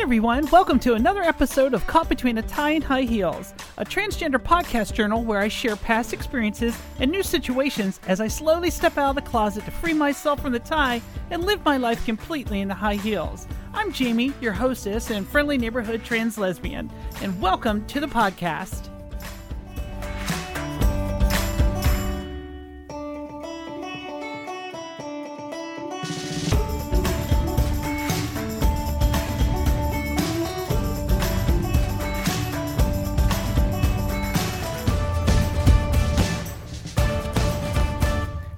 everyone. Welcome to another episode of Caught Between a Tie and High Heels, a transgender podcast journal where I share past experiences and new situations as I slowly step out of the closet to free myself from the tie and live my life completely in the high heels. I'm Jamie, your hostess and friendly neighborhood trans lesbian, and welcome to the podcast.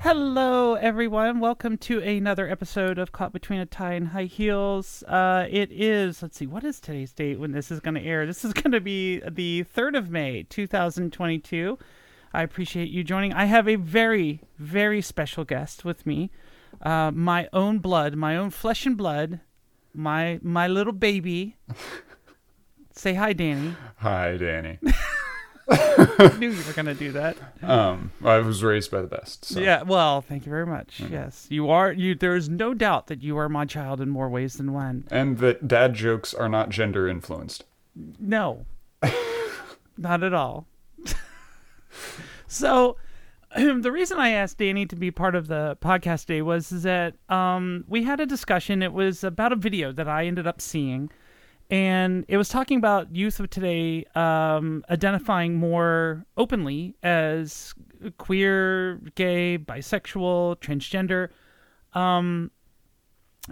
Hello, everyone. Welcome to another episode of Caught Between a Tie and High Heels. Uh, it is, let's see, what is today's date when this is going to air? This is going to be the 3rd of May, 2022. I appreciate you joining. I have a very, very special guest with me. Uh, my own blood, my own flesh and blood, my my little baby. Say hi, Danny. Hi, Danny. I knew you were going to do that. Um, I was raised by the best. So. Yeah, well, thank you very much. Yes, you are. You there is no doubt that you are my child in more ways than one. And that dad jokes are not gender influenced. No, not at all. so, the reason I asked Danny to be part of the podcast today was is that um, we had a discussion. It was about a video that I ended up seeing, and it was talking about youth of today um, identifying more openly as queer, gay, bisexual, transgender.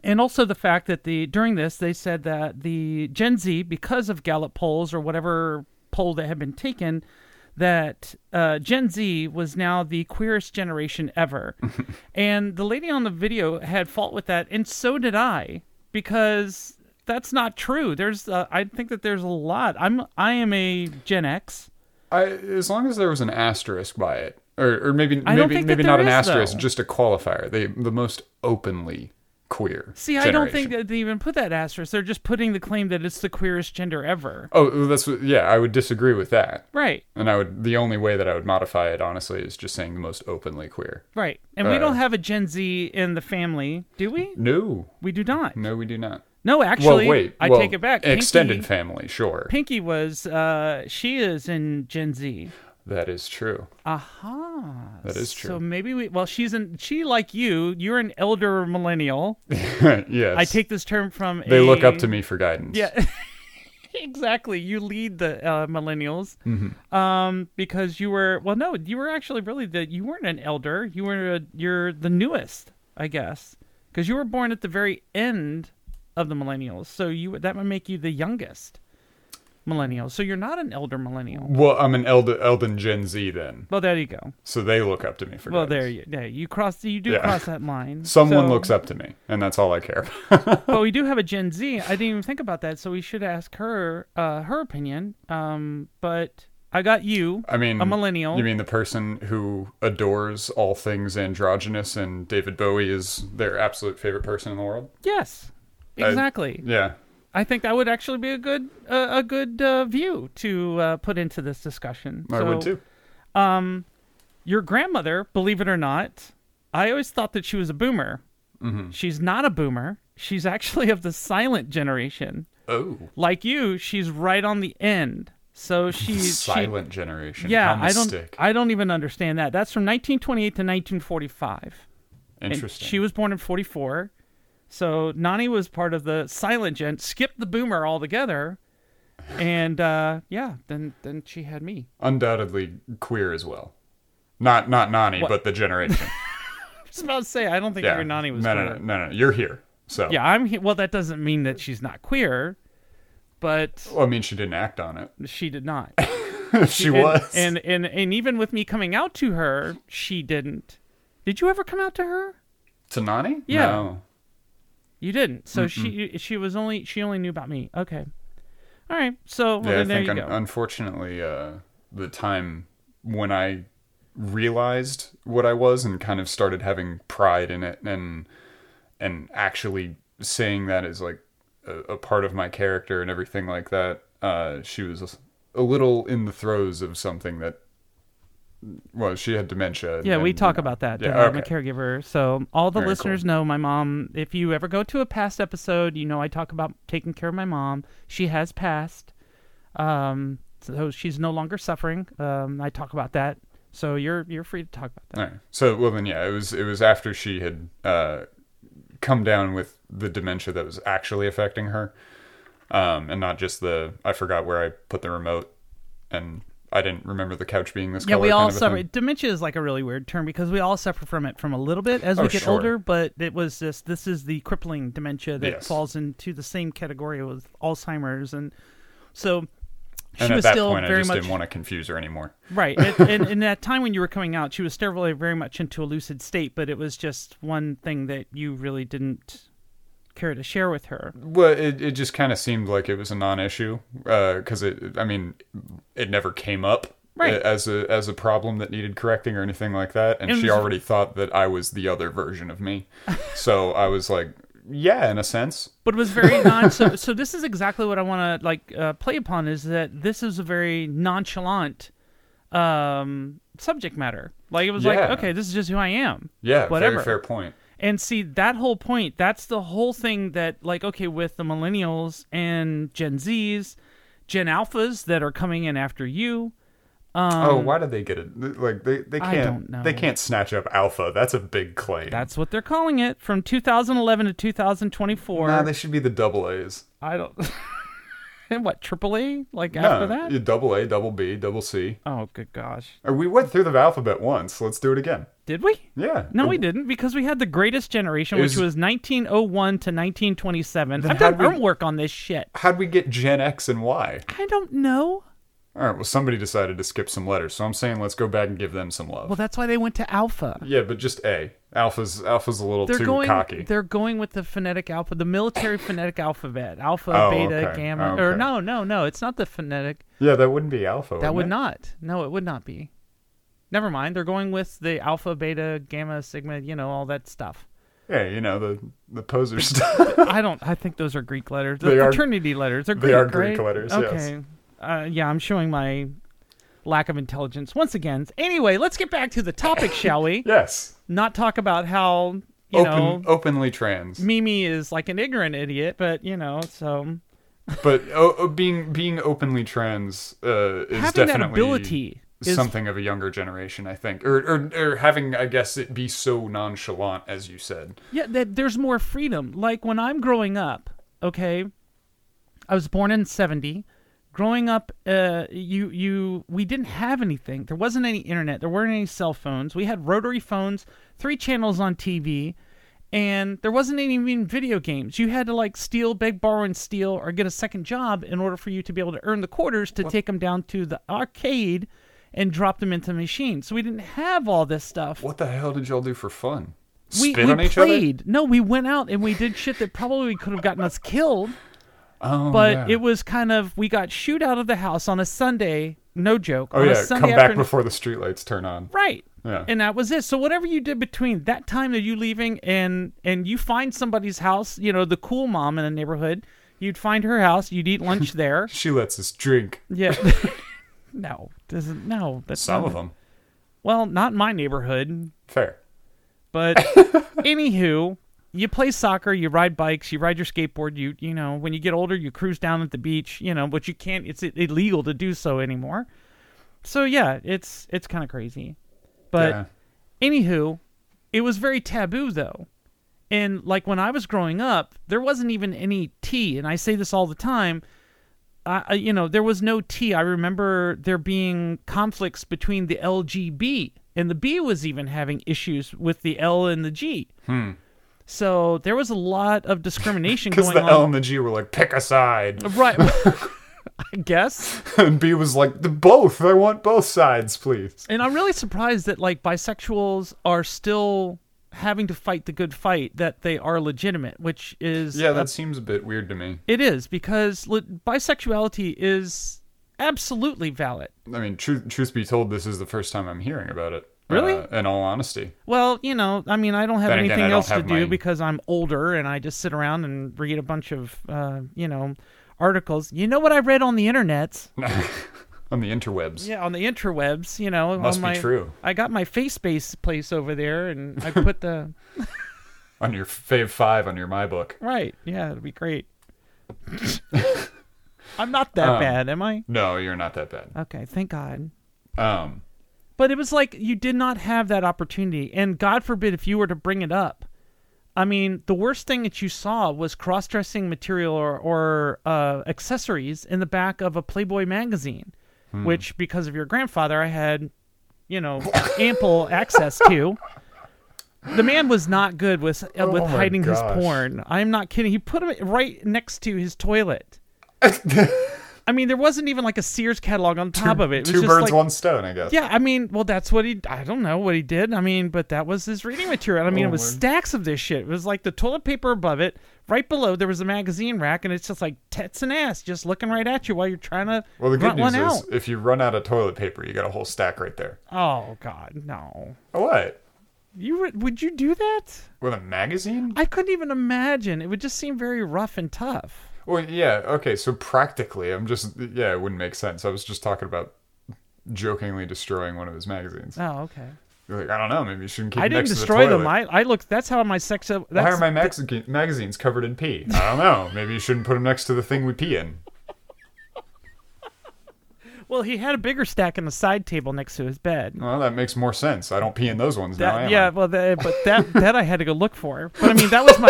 And also the fact that the during this they said that the Gen Z, because of Gallup polls or whatever poll that had been taken, that uh, Gen Z was now the queerest generation ever. and the lady on the video had fault with that, and so did I, because that's not true. There's uh, I think that there's a lot. I'm I am a Gen X. I, as long as there was an asterisk by it, or, or maybe don't maybe think that maybe not there an is, asterisk, though. just a qualifier. They the most openly queer. See, I don't think that they even put that asterisk. They're just putting the claim that it's the queerest gender ever. Oh, that's what- yeah. I would disagree with that. Right. And I would the only way that I would modify it honestly is just saying the most openly queer. Right. And we Uh, don't have a Gen Z in the family, do we? No, We do not. no, we do not. No, actually, well, wait. I well, take it back. Extended Pinky, family, sure. Pinky was, uh, she is in Gen Z. That is true. Aha. That is So true. maybe we, well, she's in, she like you, you're an elder millennial. yes. I take this term from They a, look up to me for guidance. Yeah. exactly. You lead the uh, millennials Mm-hmm. um, because you were well. No, you were actually really the you weren't an elder. You were a, you're the newest, I guess, because you were born at the very end of the millennials. So you that would make you the youngest millennial. So you're not an elder millennial. Well, I'm an Elden, Elden Gen Z then, Well, there you go. so they look up to me for. Well, guidance. there you yeah, you cross you do Yeah. cross that line. Someone So- looks up to me, and that's all I care. about. but we do have a Gen Z. I didn't even think about that, so we should ask her uh, her opinion. Um, but I got you. I mean, a millennial. You mean the person who adores all things androgynous, and David Bowie is their absolute favorite person in the world? yes, I- exactly. Yeah, I think that would actually be a good uh, a good uh, view to uh, put into this discussion. I would So, too. Your grandmother, believe it or not, I always thought that she was a boomer. Mm-hmm. She's not a boomer. She's actually of the silent generation. Oh, Like you, she's right on the end. So she's silent generation. Yeah, How I don't. mystic. I don't even understand that. That's from 1928 to 1945. And Interesting. she was born in 44, so Nani was part of the silent gen. Skipped the boomer altogether, and uh, yeah, then then she had me. Undoubtedly queer as well. Not not Nani, but the generation. I was about to say I don't think Yeah, your Nani was no, queer. no, no, no, no. You're here. So Yeah, I'm. he- Well, that doesn't mean that she's not queer, but Well, I mean, she didn't act on it. she did not. she was. And, and and and even with me coming out to her, she didn't. Did you ever come out to her? to Nani? Yeah. No. You didn't. So she she was only she only knew about me. Okay. All right. So well, yeah, I then there think you un- go. unfortunately, uh, the time when I realized what I was and kind of started having pride in it and and actually saying that is like a, a part of my character and everything like that. Uh, she was a little in the throes of something that well, she had dementia. Yeah, we and- talk about that. Yeah, that I'm a okay. caregiver. So all the Very listeners know my mom. If you ever go to a past episode, you know I talk about taking care of my mom. She has passed. Um, so she's no longer suffering. Um, I talk about that. So you're you're free to talk about that. All right. So well then yeah, it was it was after she had uh, come down with the dementia that was actually affecting her, um, and not just the I forgot where I put the remote, and I didn't remember the couch being this Yeah, color. we all kind of a suffer. thing. Dementia is like a really weird term because we all suffer from it from a little bit as we Oh, get sure. older. But it was just this is the crippling dementia that Yes. falls into the same category with Alzheimer's, and so she And at was that still point, I very just much didn't want to confuse her anymore. right. And, and in that time when you were coming out, she was still really very much into a lucid state, but it was just one thing that you really didn't care to share with her. Well, it, it just kind of seemed like it was a non-issue because it. I mean, it never came up uh, Right. as a as a problem that needed correcting or anything like that. And It she was- already thought that I was the other version of me, so I was like, yeah, in a sense. but it was very non. So, so this is exactly what I want to like uh, play upon is that this is a very nonchalant um, subject matter. Like it was like, Yeah. okay, this is just who I am. Yeah, Whatever. very fair point. And see that whole point. That's the whole thing that like okay with the millennials and Gen Zs, Gen Alphas that are coming in after you. oh, why did they get it? Like they, they Um, I can't don't know. they can't snatch up alpha. That's a big claim. That's what they're calling it from 2011 to 2024. nah, they should be the double A's. I don't. and what triple A like no, after that? you double A, double B, double C. Oh good gosh, Or We went through the alphabet once. Let's do it again. did we? Yeah. No, we didn't because we had the greatest generation, It which was- was 1901 to 1927. I've how done do we- homework on this shit. How'd we get Gen X and Y? I don't know. All right. Well, somebody decided to skip some letters, so I'm saying let's go back and give them some love. Well, that's why they went to alpha. yeah, but just A. Alpha's alpha's a little They're too going. cocky. They're going with the phonetic alpha, the military phonetic alphabet, alpha, Oh, beta, okay. gamma. Oh, Or okay. no, no, no. It's not the phonetic. Yeah, that wouldn't be alpha. That would wouldn't not. No, it would not be. Never mind. They're going with the alpha, beta, gamma, sigma. You know all that stuff. it? Yeah, you know the the poser stuff. I don't. I think those are Greek letters. The They are- fraternity letters. They're Greek, they are right? Greek letters, yes. Okay. Uh, yeah, I'm showing my lack of intelligence once again. Anyway, let's get back to the topic, shall we? yes. Not talk about how you Open, know openly trans. Mimi is like an ignorant idiot, but you know, so but oh, oh, being being openly trans uh, is having that definitely ability is something of a younger generation, I think, or, or or having, I guess, it be so nonchalant as you said. Yeah, that there's more freedom. Like when I'm growing up, okay, I was born in '70. Growing up, uh, you you we didn't have anything. There wasn't any internet. There weren't any cell phones. We had rotary phones, three channels on TV, and there wasn't any even video games. You had to like steal, beg, borrow, and steal, or get a second job in order for you to be able to earn the quarters to take them down to the arcade and drop them into machines. So we didn't have all this stuff What the hell did y'all do for fun? we, Spit we on each played. No, we went out and we did shit that probably could have gotten us killed. other? Oh, But yeah. it was kind of we got shoot out of the house on a Sunday. No joke. oh on a yeah, Sunday come back afternoon. before the streetlights turn on. Right. Yeah. And that was it. So whatever you did between that time that you leaving and and you find somebody's house, you know, the cool mom in the neighborhood, you'd find her house, you'd eat lunch there. She lets us drink Yeah. no, doesn't no. That's some not, of them. Well, not in my neighborhood. Fair. But anywho, you play soccer, you ride bikes, you ride your skateboard. You you know, when you get older, you cruise down at the beach. You know, but you can't. It's i- illegal to do so anymore. So yeah, it's it's kind of crazy. yeah. But anywho, it was very taboo though. And like when I was growing up, there wasn't even any tea, and I say this all the time. I, I- you know, there was no T. I remember there being conflicts between the LGB, and the B was even having issues with the L and the G. Hmm. So there was a lot of discrimination Because going the on. L and the G were like, pick a side. Right. I guess. And B was like, "The both. I want both sides, please. And I'm really surprised that like bisexuals are still having to fight the good fight that they are legitimate, which is Yeah, a that seems a bit weird to me. It is because li- bisexuality is absolutely valid. I mean, truth, truth be told, this is the first time I'm hearing about it. Really? Uh, in all honesty. Well, you know, I mean, I don't have Then again, anything I don't else to have do mine. because I'm older and I just sit around and read a bunch of, uh, you know, articles. You know what I read on the internet? on the interwebs. Yeah, on the interwebs, you know. Must on be my, true. I got my face base place over there, and I put the On your fave five on your my book. right. Yeah, it'd be great. I'm not that Um, bad, am I? No, you're not that bad. Okay, thank God. Um, But it was like you did not have that opportunity, and God forbid if you were to bring it up. I mean, the worst thing that you saw was cross-dressing material or, or uh, accessories in the back of a Playboy magazine, Hmm. which, because of your grandfather, I had, you know, ample access to. The man was not good with uh, with Oh my hiding gosh. his porn. I'm not kidding. He put it right next to his toilet. I mean, there wasn't even like a Sears catalog on top of it. it was two just birds, like, one stone, I guess. yeah, I mean, well, that's what he. I don't know what he did. I mean, but that was his reading material. I mean, Oh, it was Lord. stacks of this shit. It was like the toilet paper above it. Right below there was a magazine rack, and it's just like tits and ass, just looking right at you while you're trying to Well, the good grunt news one is out. if you run out of toilet paper, you got a whole stack right there. Oh God, no! What? You would would you do that? With a magazine? I couldn't even imagine. It would just seem very rough and tough. Well, yeah. Okay, so practically, I'm just yeah, it wouldn't make sense. I was just talking about jokingly destroying one of his magazines. Oh, okay. You're like, I don't know, maybe you shouldn't keep. I it didn't next destroy to the them. I I looked. That's how my sex. That's, Why are my mag- magazines covered in pee? I don't know. Maybe you shouldn't put them next to the thing we pee in. well, he had a bigger stack on the side table next to his bed. Well, that makes more sense. I don't pee in those ones now. That, am yeah, I? well, that, but that that I had to go look for. But I mean, that was my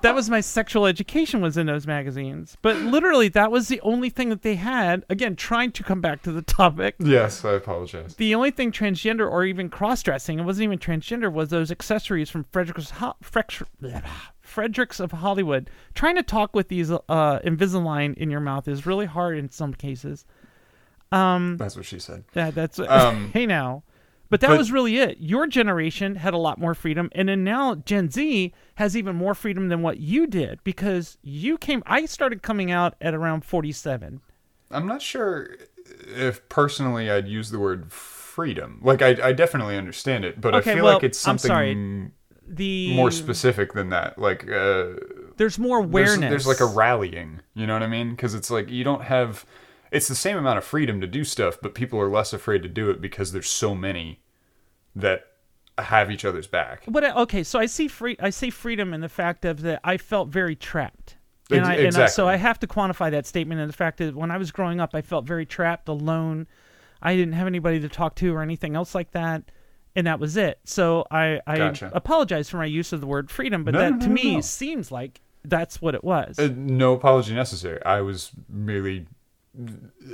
that was my sexual education was in those magazines. But literally, that was the only thing that they had. Again, trying to come back to the topic, Yes, I apologize. the only thing transgender or even cross-dressing, it wasn't even transgender, was those accessories from Fredericks, Ho- Frex- Fredericks of Hollywood. Trying to talk with these uh, Invisalign in your mouth is really hard in some cases. That's what she said. Yeah, that's Um, hey now. But that but- was really it. Your generation had a lot more freedom, and then now Gen Z has even more freedom than what you did because you came. I started coming out at around forty-seven. I'm not sure if personally I'd use the word freedom. Like I, I definitely understand it, but Okay, I feel well, like it's I'm something sorry. The more specific than that. Like uh, there's more there's, awareness. there's like a rallying. You know what I mean? Because it's like you don't have. It's the same amount of freedom to do stuff, but people are less afraid to do it because there's so many that have each other's back. But I- okay, so I see free. I see freedom in the fact of that I felt very trapped, and Ex- I, and I so exactly. I have to quantify that statement and the fact that when I was growing up, I felt very trapped, alone. I didn't have anybody to talk to or anything else like that, and that was it. So I, I Gotcha. apologize for my use of the word freedom, but No, that no, to no, me no. seems like that's what it was. Uh, no apology necessary. I was merely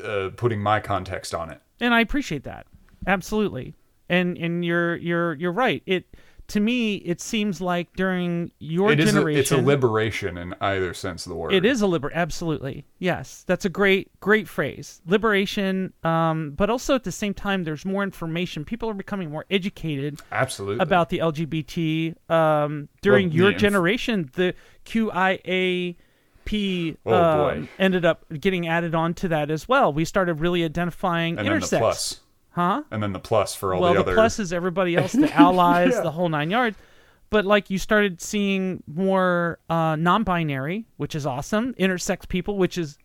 uh, putting my context on it. and I appreciate that absolutely. And and you're you're you're right. It to me it seems like during your It is. A, generation, it's a liberation in either sense of the word. It is a liber absolutely. Yes. That's a great great phrase. Liberation um but also at the same time there's more information. People are becoming more educated absolutely about the LGBT um during Well, your the inf- generation the QIAP Oh, um, boy. ended up getting added on to that as well. We started really identifying and then intersex. the plus, Huh? and then the plus for all well, the the, other. plus is everybody else, the allies, Yeah. the whole nine yards. But like you started seeing more uh, non-binary, which is awesome. Intersex people, which has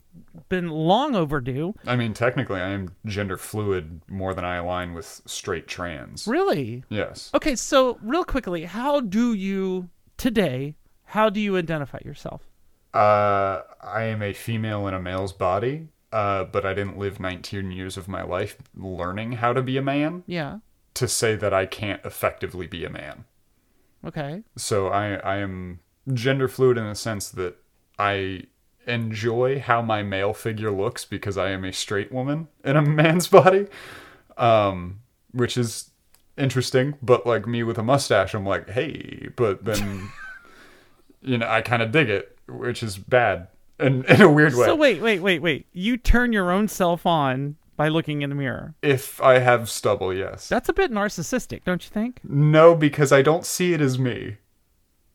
been long overdue. I mean, technically, I am gender fluid more than I align with straight trans. Really? Yes. Okay, so real quickly, how do you today? How do you identify yourself? Uh, I am a female in a male's body, uh, but I didn't live 19 years of my life learning how to be a man Yeah. to say that I can't effectively be a man. Okay. So I, I am gender fluid in the sense that I enjoy how my male figure looks because I am a straight woman in a man's body, um, which is interesting. But like me with a mustache, I'm like, hey, but then, you know, I kind of dig it, which is bad in, in a weird way. So wait, wait, wait, wait. You turn your own self on by looking in the mirror. if I have stubble, yes. That's a bit narcissistic, don't you think? No, because I don't see it as me.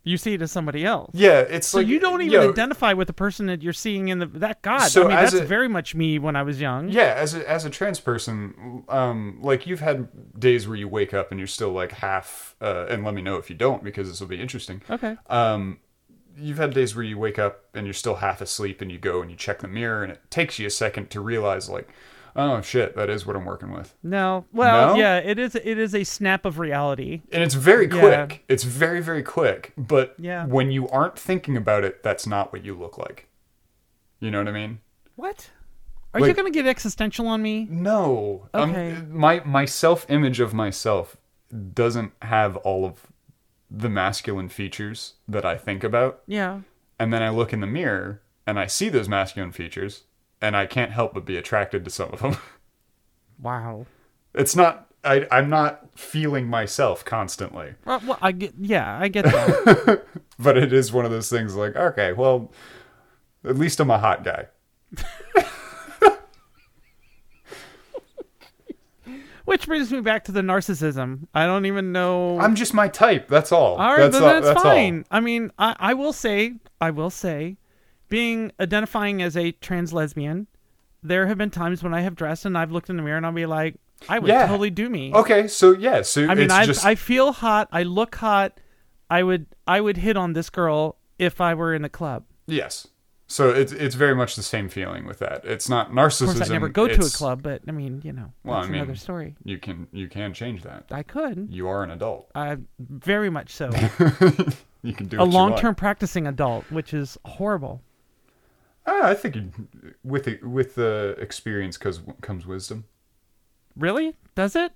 You see it as somebody else. Yeah, it's So like you don't even yo, identify with the person that you're seeing in the that God. So I mean, as that's a- very much me when I was young. yeah as a, as a trans person um like you've had days where you wake up and you're still like half uh, and let me know if you don't because this will be interesting Okay. um you've had days where you wake up and you're still half asleep and you go and you check the mirror and it takes you a second to realize like oh shit, that is what I'm working with. No. Well, No? yeah, it is it is a snap of reality. And it's very Yeah. quick. It's very, very quick. But Yeah. when you aren't thinking about it, that's not what you look like. You know what I mean? What? Are you Like- going to get existential on me? No. I'm- Okay. my my self image of myself doesn't have all of the masculine features that I think about. Yeah. And then I look in the mirror and I see those masculine features and I can't help but be attracted to some of them. Wow. It's not I I'm not feeling myself constantly. Well, well, I get yeah, I get that. But it is one of those things like, okay, well, at least I'm a hot guy. Which brings me back to the narcissism. I don't even know. I'm just my type. That's all. all right, that's but all- that's, that's all. fine. I mean, I, I will say, I will say, being identifying as a trans lesbian, there have been times when I have dressed and I've looked in the mirror and I'll be like, I would Yeah. totally do me. Okay, so yeah, so I mean, it's I just I feel hot. I look hot. I would I would hit on this girl if I were in the club. yes. So it's it's very much the same feeling with that. It's not narcissism. Of course, I never go to a it's- club, but I mean, you know, Well, that's I mean- another story. You can you can change that. I could. You are an adult. I very much so. You can a do what you like. long-term practicing adult, which is horrible. Ah, I think you, with the, with the experience comes comes wisdom. Really? Does it?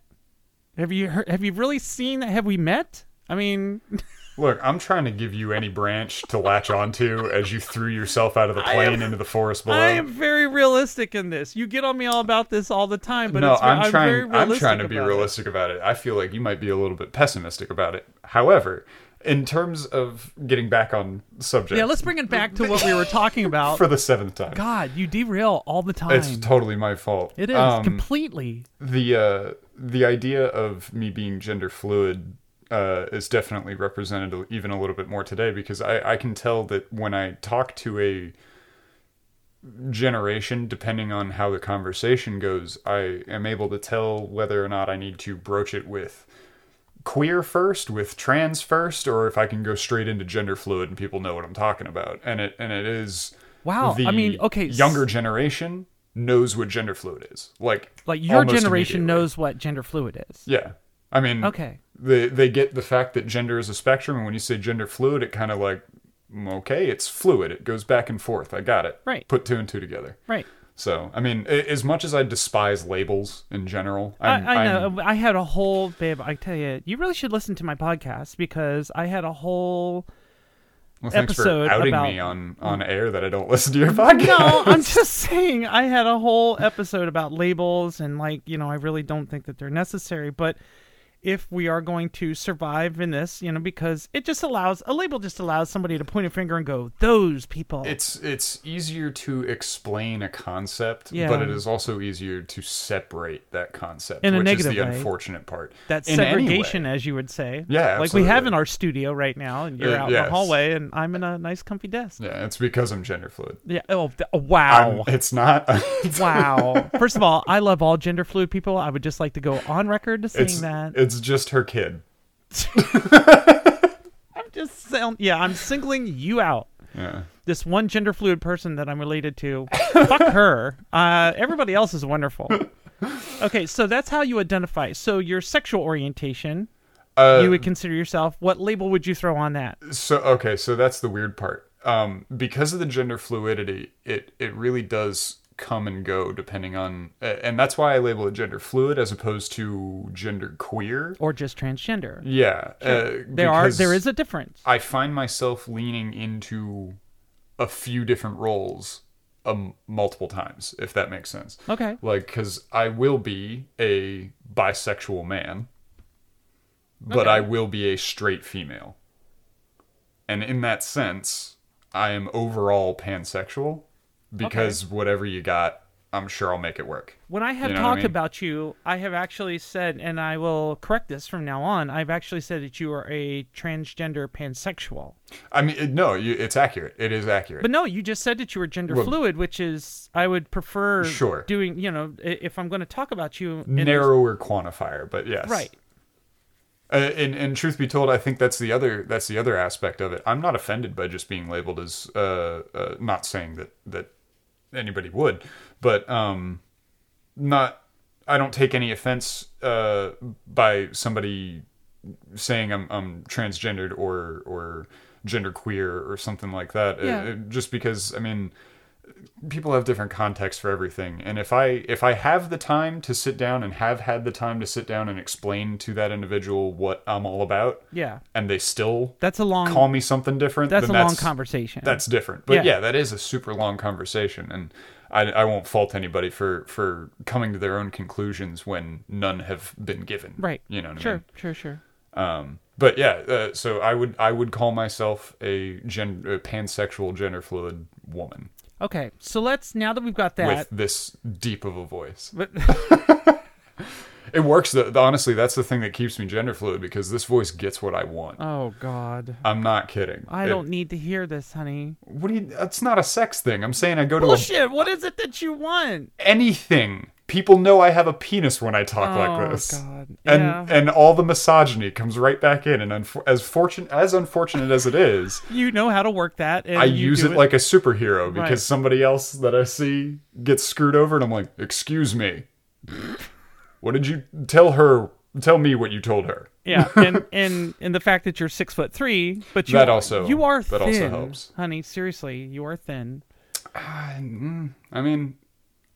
Have you heard, have you really seen that? Have we met? I mean, Look, I'm trying to give you any branch to latch onto as you threw yourself out of the plane into the forest below. I am very realistic in this. You get on me all about this all the time, but no, it's, very I'm trying. realistic I'm trying to be about it. realistic about it. I feel like you might be a little bit pessimistic about it. However, in terms of getting back on subject, Yeah, let's bring it back to what we were talking about. for the seventh time, God, you derail all the time. it's totally my fault. It is Um, completely. the uh, the idea of me being gender fluid uh, is definitely represented a- even a little bit more today because I, I can tell that when I talk to a generation, depending on how the conversation goes, I am able to tell whether or not I need to broach it with queer first, with trans first, or if I can go straight into gender fluid and people know what I'm talking about. And it and it is Wow, The I mean, okay, s- younger generation knows what gender fluid is. Like Like your almost generation immediately. knows what gender fluid is. Yeah. I mean, Okay. They they get the fact that gender is a spectrum, and when you say gender fluid, it kind of like, mm, okay, it's fluid. It goes back and forth. I got it. Right. Put two and two together. Right. So, I mean, a- as much as I despise labels in general, I'm, I, I am know. i had a whole babe. I tell you, you really should listen to my podcast because I had a whole. well, thanks episode for outing about- me on on air that I don't listen to your podcast. No, I'm just saying I had a whole episode about labels and like you know I really don't think that they're necessary, but if we are going to survive in this, you know, because it just allows a label just allows somebody to point a finger and go those people. It's it's easier to explain a concept, Yeah. but it is also easier to separate that concept, In a which negative is the way. unfortunate part. that In any way. segregation, as you would say. Yeah, Like we have absolutely. in our studio right now, and you're Uh, out in the yes. hallway, and I'm in a nice, comfy desk. Yeah, it's because I'm gender fluid. Yeah. Oh, th- wow. I'm- it's not. wow. First of all, I love all gender fluid people. I would just like to go on record to saying it's, that. It's just her kid. I'm just sound. Yeah, I'm singling you out. Yeah. This one gender fluid person that I'm related to. Fuck her. Uh, everybody else is wonderful. Okay, so that's how you identify. So your sexual orientation, Uh, you would consider yourself. What label would you throw on that? so okay, so that's the weird part. Um, because of the gender fluidity, it it really does come and go depending on, a- and that's why I label it gender fluid as opposed to gender queer. Or just transgender? Yeah, uh, Oh. There are. because There is a difference. I find myself leaning into a few different roles um, multiple times, if that makes sense. Okay. like because i will be a bisexual man but i will be a straight female and in that sense i am overall pansexual because whatever you got i'm sure i'll make it work When I have You know what I talked mean? about you, I have actually said, and I will correct this from now on. I've actually said that you are a transgender pansexual. i mean it- no you, it's accurate it is accurate But no, you just said that you were gender Well- fluid, which is I would prefer Sure. doing. You know, i- if I'm going to talk about you, in this- narrower quantifier but yes right? uh, and, and truth be told i think that's the other that's the other aspect of it i'm not offended by just being labeled as uh, uh not saying that that anybody would but um not I don't take any offense uh, by somebody saying I'm I'm transgendered or or genderqueer or something like that. Uh, Yeah. just because I mean people have different contexts for everything and if i if i have the time to sit down and have had the time to sit down and explain to that individual what i'm all about Yeah. and they still That's a long. call me something different that's a then long conversation. that's different but Yeah. yeah. that is a super long conversation and I, I won't fault anybody for for coming to their own conclusions when none have been given right. you know what sure. I mean? Sure. Sure. um but yeah uh, so i would i would call myself a gen a pansexual gender fluid woman Okay. So let's now that we've got that. with this deep of a voice But, it works though honestly that's the thing that keeps me gender fluid because this voice gets what i want oh God. i'm not kidding I It- don't need to hear this, honey. what do you that's not a sex thing i'm saying i go to a Bullshit. What is it that you want? anything. People know I have a penis when I talk like Oh, this. God. And Yeah. and all the misogyny comes right back in and unfor- as fortune as unfortunate as it is, You know how to work that. And I you use do it, like a superhero because Right. somebody else that I see gets screwed over and I'm like, "Excuse me. what did you tell her? Tell me what you told her." Yeah, and and and the fact that you're six foot three, but you That also- you are that thin, also helps. honey. Seriously, you are thin. I, mm, I mean,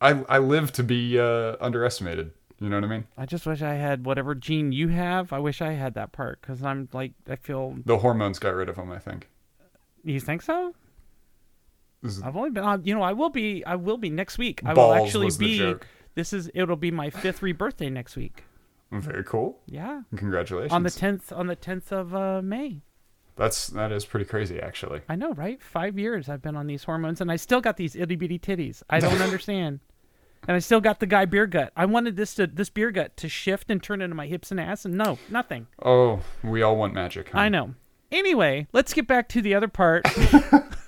I I live to be uh, underestimated, you know what I mean? I just wish I had whatever gene you have. I wish I had that part because I'm like I feel. The hormones got rid of him, I think. You think so? This is- I've only been on. You know, I will be. I will be next week. I Balls will actually was the be. joke. This is. It'll be my fifth rebirthday next week. Very cool. Yeah, Congratulations. on the tenth. On the tenth of uh, May. That's that is pretty crazy, actually. I know, right? Five years I've been on these hormones, and I still got these itty bitty titties. I don't understand. And I still got the guy beer gut. I wanted this to this beer gut to shift and turn into my hips and ass, and no, nothing. Oh, we all want magic. Huh? I know. Anyway, let's get back to the other part.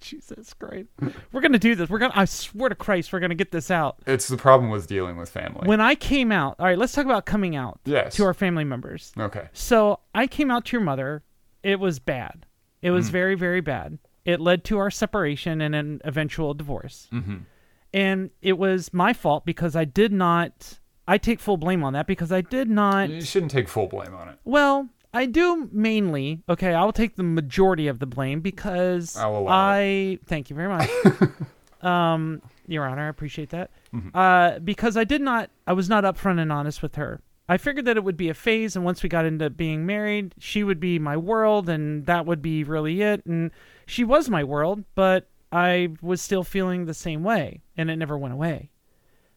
Jesus Christ, we're gonna do this. We're gonna. I swear to Christ, we're gonna get this out. It's the problem with dealing with family. When I came out, all right, let's talk about coming out yes. to our family members. okay. So I came out to your mother. It was bad. It was very, very bad. It led to our separation and an eventual divorce. And it was my fault because I did not. I take full blame on that because I did not. You shouldn't take full blame on it. Well, I do mainly. Okay, I'll take the majority of the blame because I'll allow I thank you very much. um, Your Honor, I appreciate that. Uh, because I did not, I was not upfront and honest with her. I figured that it would be a phase, and once we got into being married, she would be my world, and that would be really it. And she was my world, but I was still feeling the same way, and it never went away.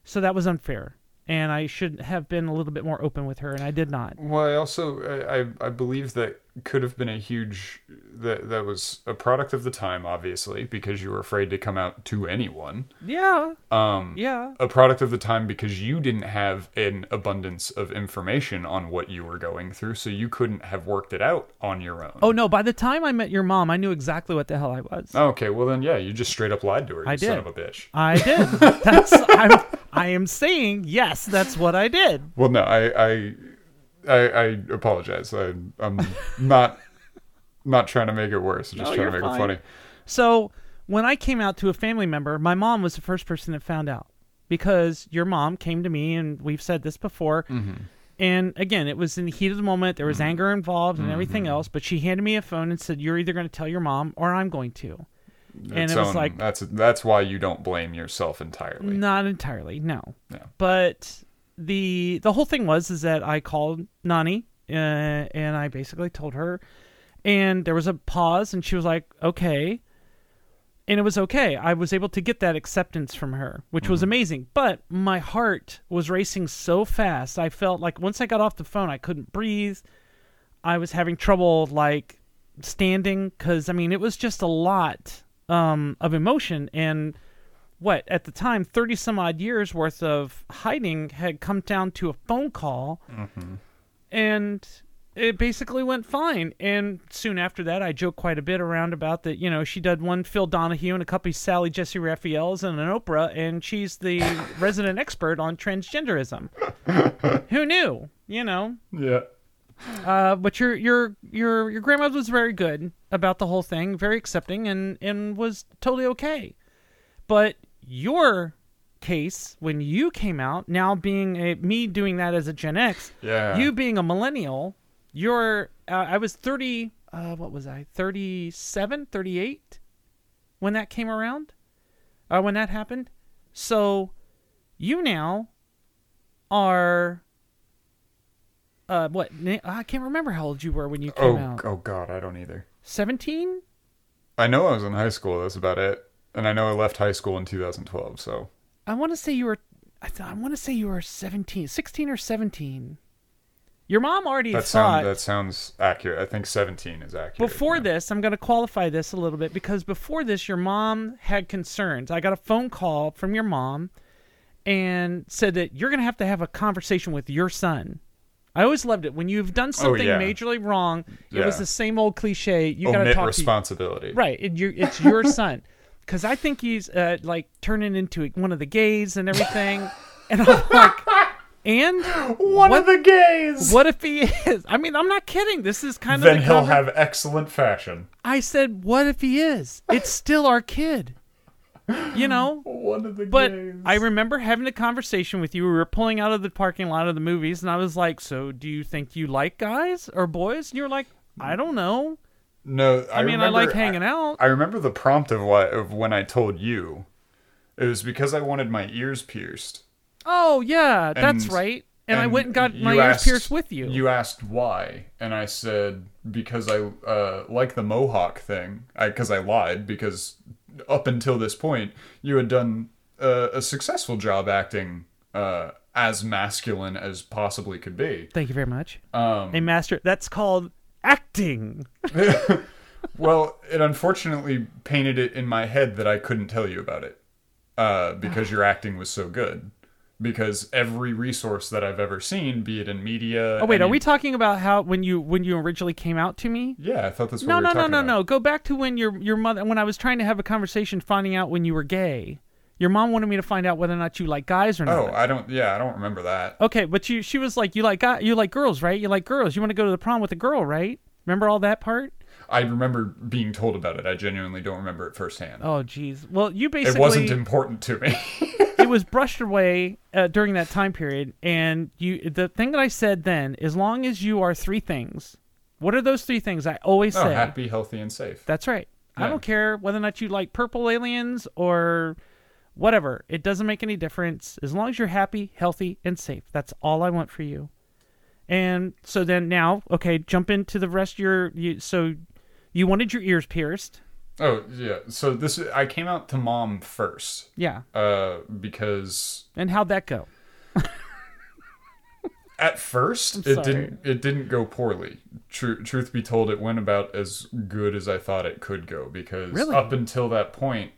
So that was unfair, and I should have been a little bit more open with her, and I did not. Well, I also I I- I believe that could have been a huge that that was a product of the time, obviously, because you were afraid to come out to anyone. Yeah. Um, Yeah. a product of the time because you didn't have an abundance of information on what you were going through, so you couldn't have worked it out on your own. Oh no! By the time I met your mom, I knew exactly what the hell I was. Oh, Okay, well then, yeah, you just straight up lied to her. You I son did. of a bitch. I did. That's I'm, I am saying yes. That's what I did. Well, no, I I I, I apologize. I, I'm not not trying to make it worse. I'm just No, you're trying to make fine. it funny. So when I came out to a family member, my mom was the first person that found out because your mom came to me, and we've said this before. Mm-hmm. And again, it was in the heat of the moment. There was anger involved and everything Mm-hmm. else. But she handed me a phone and said, "You're either going to tell your mom, or I'm going to." And Its it was own- like, that's that's why you don't blame yourself entirely. Not entirely, no. No. But the the whole thing was is that I called Nani uh, and I basically told her, and there was a pause, and she was like, "Okay," and it was okay. I was able to get that acceptance from her, which was Mm-hmm. amazing. But my heart was racing so fast. I felt like once I got off the phone, I couldn't breathe. I was having trouble like standing because I mean it was just a lot um, of emotion and what at the time 30 some odd years worth of hiding had come down to a phone call and it basically went fine and soon after that i joked quite a bit around about that you know she did one phil donahue and a couple of sally jesse raphael's and an oprah and she's the resident expert on transgenderism who knew you know Yeah. uh, but your your your your grandma was very good about the whole thing, very accepting, and and was totally okay. But your case when you came out, now being a, me doing that as a Gen X, Yeah. you being a millennial, you're uh, I was 30 uh, what was I? 37, 38 when that came around? Uh, when that happened? So you now are uh what na- I can't remember how old you were when you came oh, out. oh God, I don't either. 17? I know I was in high school. That's about it. And I know I left high school in 2012. So I want to say you were I, th- I want to say you were 17, 16 or 17. Your mom already that thought sounds that sounds accurate. I think 17 is accurate. Before yeah. this, I'm going to qualify this a little bit because before this, your mom had concerns. I got a phone call from your mom and said that you're going to have to have a conversation with your son. I always loved it when you've done something Oh, yeah. majorly wrong. It was Yeah. the same old cliche. You got to omit talk to responsibility. right. It, you, it's your son because I think he's uh, like turning into one of the gays and everything. and I'm like, and One of the gays. what if he is? I mean, I'm not kidding. This is kind of Then the he'll conver- have excellent fashion. I said, "What if he is? It's still our kid." You know, One of the but I remember having a conversation with you. We were pulling out of the parking lot of the movies, and I was like, "So, do you think you like guys or boys?" And you were like, "I don't know. no, Mm. I, I, mean, I remember- like hanging out." I remember the prompt of what of when I told you. It was because I wanted my ears pierced. oh yeah, that's And- right. And, I went and got my you ears asked- pierced with you. You asked why, and I said because I uh, like the mohawk thing. Because I, lied because up until this point you had done uh, a successful job acting uh, as masculine as possibly could be. Thank you very much. Um, A master. That's called acting. well, it unfortunately painted it in my head that I couldn't tell you about it uh, because your acting was so good. Because every resource that I've ever seen, be it in media. Oh wait, any- are we talking about how when you when you originally came out to me? Yeah, I thought that's what No, we were no, no, talking no, about. no. Go back to when your your mother when I was trying to have a conversation finding out when you were gay. Your mom wanted me to find out whether or not you like guys or not. Oh, I don't. Yeah, I don't remember that. Okay, but you she was like you like guy, you like girls, right? You like girls. You want to go to the prom with a girl, right? Remember all that part? I remember being told about it. I genuinely don't remember it firsthand. Oh jeez. Well, you it basically wasn't important to me. it was brushed away uh, during that time period and you the thing that I said then, as long as you are three things. What are those three things I always oh, say? happy, healthy, and safe. That's right. I Yeah. don't care whether or not you like purple aliens or whatever. It doesn't make any difference as long as you're happy, healthy, and safe. That's all I want for you. And so then now, okay, jump into the rest of your. You, so you wanted your ears pierced. Oh yeah. So this I came out to mom first, Yeah. uh, because And how'd that go? at 1st sorry. it didn't it didn't go poorly. Tru- truth be told, it went about as good as I thought it could go because Really? up until that point,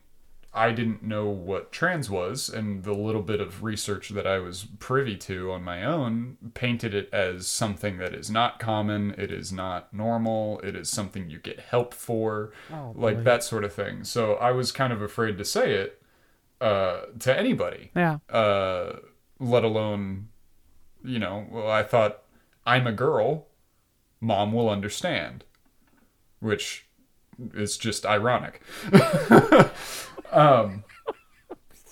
I didn't know what trans was, and the little bit of research that I was privy to on my own painted it as something that is not common, it is not normal, it is something you get help for, Oh, like boy. that sort of thing. So I was kind of afraid to say it uh, to anybody Yeah. uh, let alone, you know, well, I thought, I'm a girl, mom will understand, which is just ironic.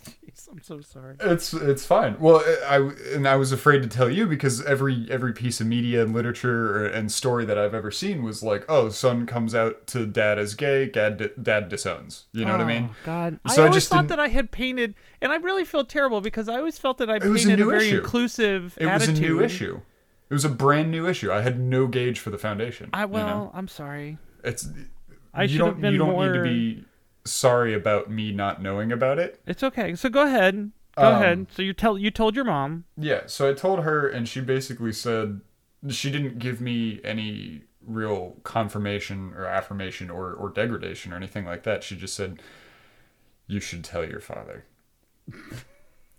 Jeez, I'm so sorry. It's it's fine. Well, I I- and I was afraid to tell you because every every piece of media and literature or, and story that I've ever seen was like, oh, son comes out to dad as gay, dad dad disowns. You know what I Oh, mean? God, So I I always just thought didn't- that I had painted, and I really feel terrible because I always felt that I was a painted a, new very issue. inclusive It attitude. was a new issue. It was a brand new issue. I had no gauge for the foundation. I you know? well, I'm sorry. It's I you should don't have been you don't need more- to be sorry about me not knowing about it. It's okay. So go ahead. Go Um, ahead. So you tell you told your mom. Yeah, so I told her and she basically said she didn't give me any real confirmation or affirmation or, or degradation or anything like that. She just said you should tell your father.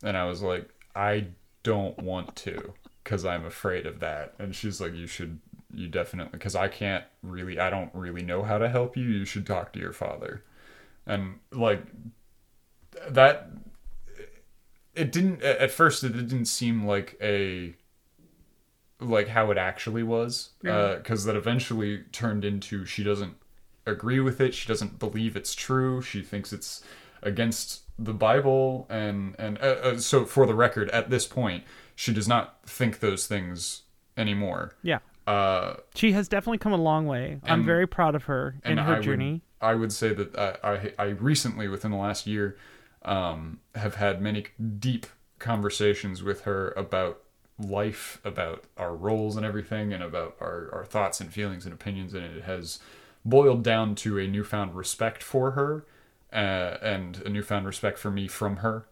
and I was like, I don't want to cuz I'm afraid of that. And she's like you should you definitely cuz I can't really I don't really know how to help you. You should talk to your father. And like that it didn't at at first it didn't seem like a like how it actually was because that eventually turned into she doesn't agree with it she doesn't believe it's true she thinks it's against the Bible and and uh, uh, so for the record at this point she does not think those things anymore. Yeah. Uh, She has definitely come a long way. I'm And- very proud of her in and her I would- journey. I would say that uh, I, I, I recently, within the last year, um, have had many deep conversations with her about life, about our roles and everything, and about our, our thoughts and feelings and opinions. And it has boiled down to a newfound respect for her uh, and a newfound respect for me from her.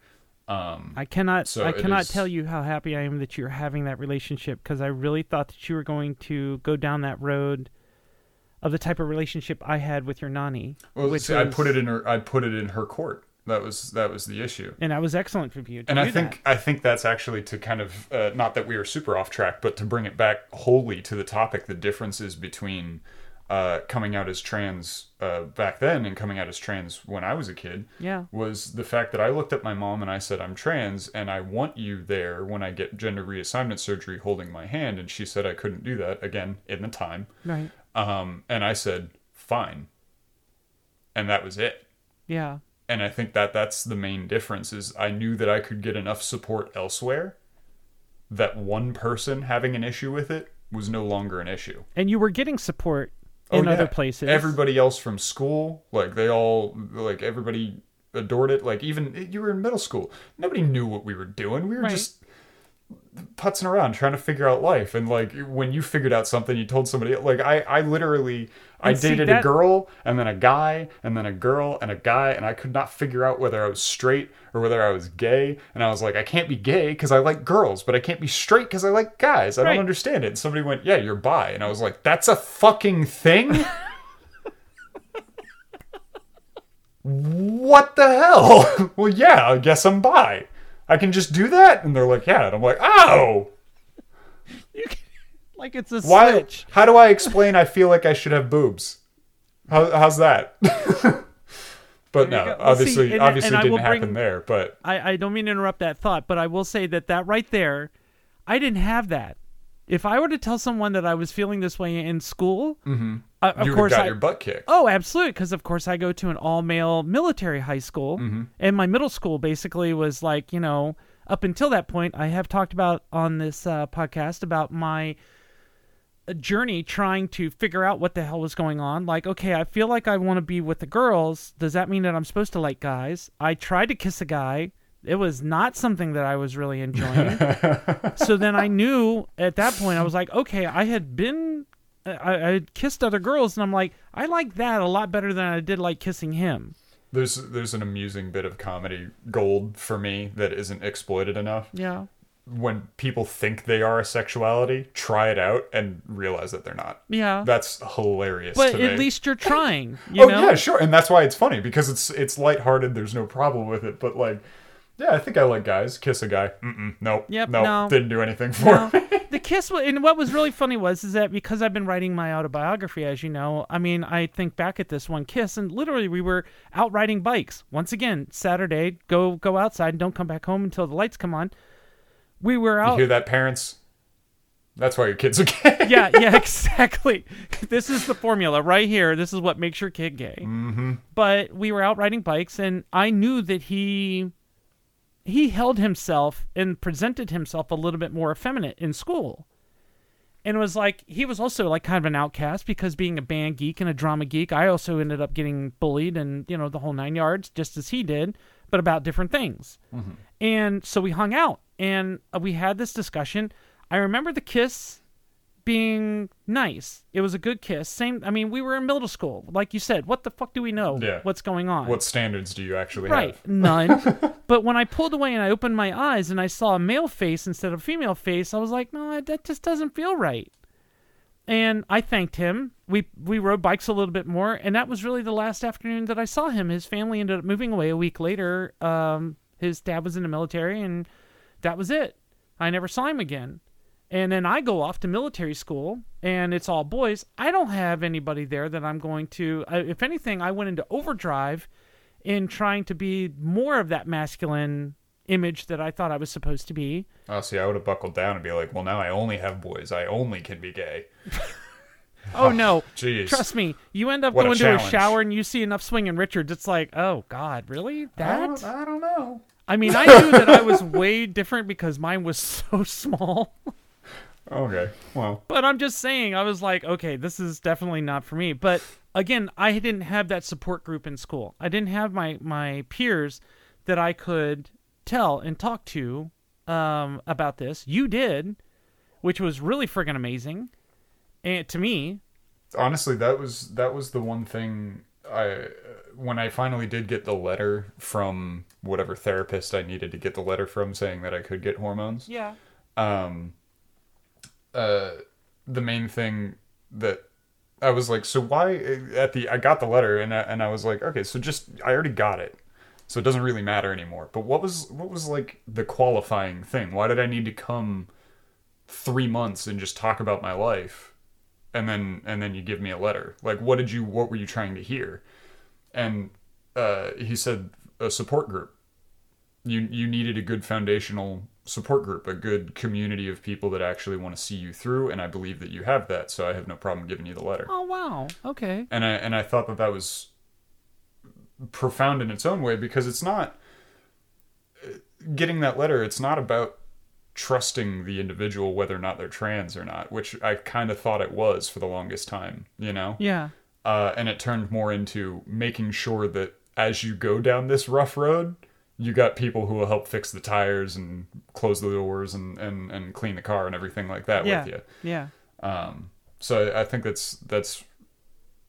Um, I cannot So I it cannot is- tell you how happy I am that you're having that relationship because I really thought that you were going to go down that road of the type of relationship I had with your nanny. well, which see, I was- put it in her. I put it in her court. That was that was the issue. and I was excellent for you. To and do I think I think that's actually to kind of uh, not that we are super off track, but to bring it back wholly to the topic, the differences between uh, coming out as trans uh, back then and coming out as trans when I was a kid that. yeah, was the fact that I looked at my mom and I said, I'm trans and I want you there when I get gender reassignment surgery holding my hand. And she said I couldn't do that again in the time. right, Um, and I said, fine. And that was it yeah, and i think that that's the main difference is i knew that i could get enough support elsewhere that one person having an issue with it was no longer an issue and you were getting support Oh, in other yeah. places. everybody else from school like they all like everybody adored it like even you were in middle school nobody knew what we were doing we were Right. just putzing around trying to figure out life and like when you figured out something you told somebody like i i literally i And see, dated that- a girl and then a guy and then a girl and a guy and i could not figure out whether i was straight or whether i was gay and i was like i can't be gay because i like girls but i can't be straight because i like guys i Right. don't understand it and somebody went yeah you're bi and i was like that's a fucking thing what the hell? well, yeah, I guess I'm bi. I can just do that? And they're like, yeah. And I'm like, oh, You can- like it's a why? switch. How do I explain I feel like I should have boobs? How, how's that? but no, go. Well, see, obviously, and- obviously and I it didn't will happen bring- there. But I, I don't mean to interrupt that thought, but I will say that that right there, I didn't have that. If I were to tell someone that I was feeling this way in school, uh, of Mm-hmm. you would have course got I, your butt kicked. Oh, absolutely. Because of course I go to an all-male military high school, and my middle school basically was like you know up until that point. I have talked about on this uh, podcast about my uh, journey trying to figure out what the hell was going on. Like, okay, I feel like I want to be with the girls. Does that mean that I'm supposed to like guys? I tried to kiss a guy. It was not something that I was really enjoying. so then I knew at that point I was like, okay, I had been I, I had kissed other girls and I'm like, I like that a lot better than I did like kissing him. There's there's an amusing bit of comedy gold for me that isn't exploited enough. Yeah. When people think they are a sexuality, try it out and realize that they're not. Yeah. That's hilarious. but to at me. least you're trying, you oh know? yeah, sure, and that's why it's funny because it's it's lighthearted. There's no problem with it, but like, yeah, I think I like guys. Kiss a guy, Mm-mm, nope, Yep, nope, no. Oh. didn't do anything for me. the kiss wa- and what was really funny was is that because i've been writing my autobiography as you know i mean i think back at this one kiss and literally we were out riding bikes once again saturday go go outside and don't come back home until the lights come on we were You out hear that, parents? That's why your kids are gay. yeah yeah exactly this is the formula right here this is what makes your kid gay mm-hmm. but we were out riding bikes and i knew that he he held himself and presented himself a little bit more effeminate in school and it was like he was also like kind of an outcast because being a band geek and a drama geek i also ended up getting bullied and you know the whole nine yards just as he did but about different things Mm-hmm. and so we hung out and uh, we had this discussion i remember the kiss being nice it was a good kiss same i mean we were in middle school like you said what the fuck do we know Yeah. what's going on what standards do you actually Right, have? none. but when I pulled away and I opened my eyes and I saw a male face instead of a female face, I was like, no, that just doesn't feel right. And I thanked him. We we rode bikes a little bit more, and that was really the last afternoon that I saw him. His family ended up moving away a week later. Um, his dad was in the military, and that was it. I never saw him again. And then I go off to military school, and it's all boys. I don't have anybody there that I'm going to. I, if anything, I went into overdrive in trying to be more of that masculine image that I thought I was supposed to be. Oh, see, I would have buckled down and be like, well, now I only have boys. I only can be gay. Oh no! Jeez. Trust me, you end up What a going to a challenge. shower and you see enough swinging Richards. It's like, oh God, really? I That? don't, I don't know. I mean, I knew that I was way different because mine was so small. Okay. Well, But I'm just saying, I was like, okay, this is definitely not for me. But again, I didn't have that support group in school. I didn't have my my peers that I could tell and talk to um, about this. You did, which was really friggin' amazing, and to me, honestly, that was that was the one thing I when I finally did get the letter from whatever therapist I needed to get the letter from saying that I could get hormones. yeah, um, uh, the main thing that I was like, so why at the I got the letter and I, and I was like, okay, so just I already got it, so it doesn't really matter anymore. But what was what was like the qualifying thing? Why did I need to come three months and just talk about my life, and then and then you give me a letter? Like, what did you what were you trying to hear? And uh, he said a support group you you needed a good foundational support group, a good community of people that actually want to see you through, and I believe that you have that, so I have no problem giving you the letter. oh wow, okay, And I and I thought that that was profound in its own way because it's not uh, getting that letter, it's not about trusting the individual whether or not they're trans or not, which I kind of thought it was for the longest time, you know? yeah, uh, and it turned more into making sure that as you go down this rough road, you got people who will help fix the tires and close the doors and, and, and clean the car and everything like that yeah, with you. yeah. Um, so I I think that's that's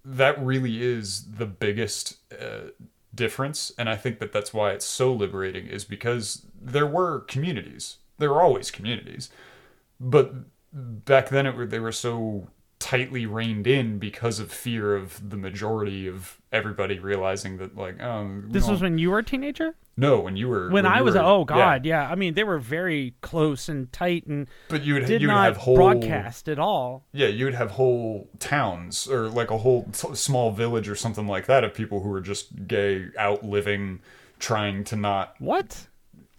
that really is the biggest uh, difference, and I think that that's why it's so liberating is because there were communities, there were always communities, but back then it were, they were so tightly reined in because of fear of the majority of everybody realizing that like oh we This was don't- when you were a teenager. no when you were When, I you was, were- oh yeah. God, yeah. I mean, they were very close and tight and but you would did you would not have whole broadcast at all. yeah, you would have whole towns or like a whole t- small village or something like that of people who were just gay, out living, trying to not. What?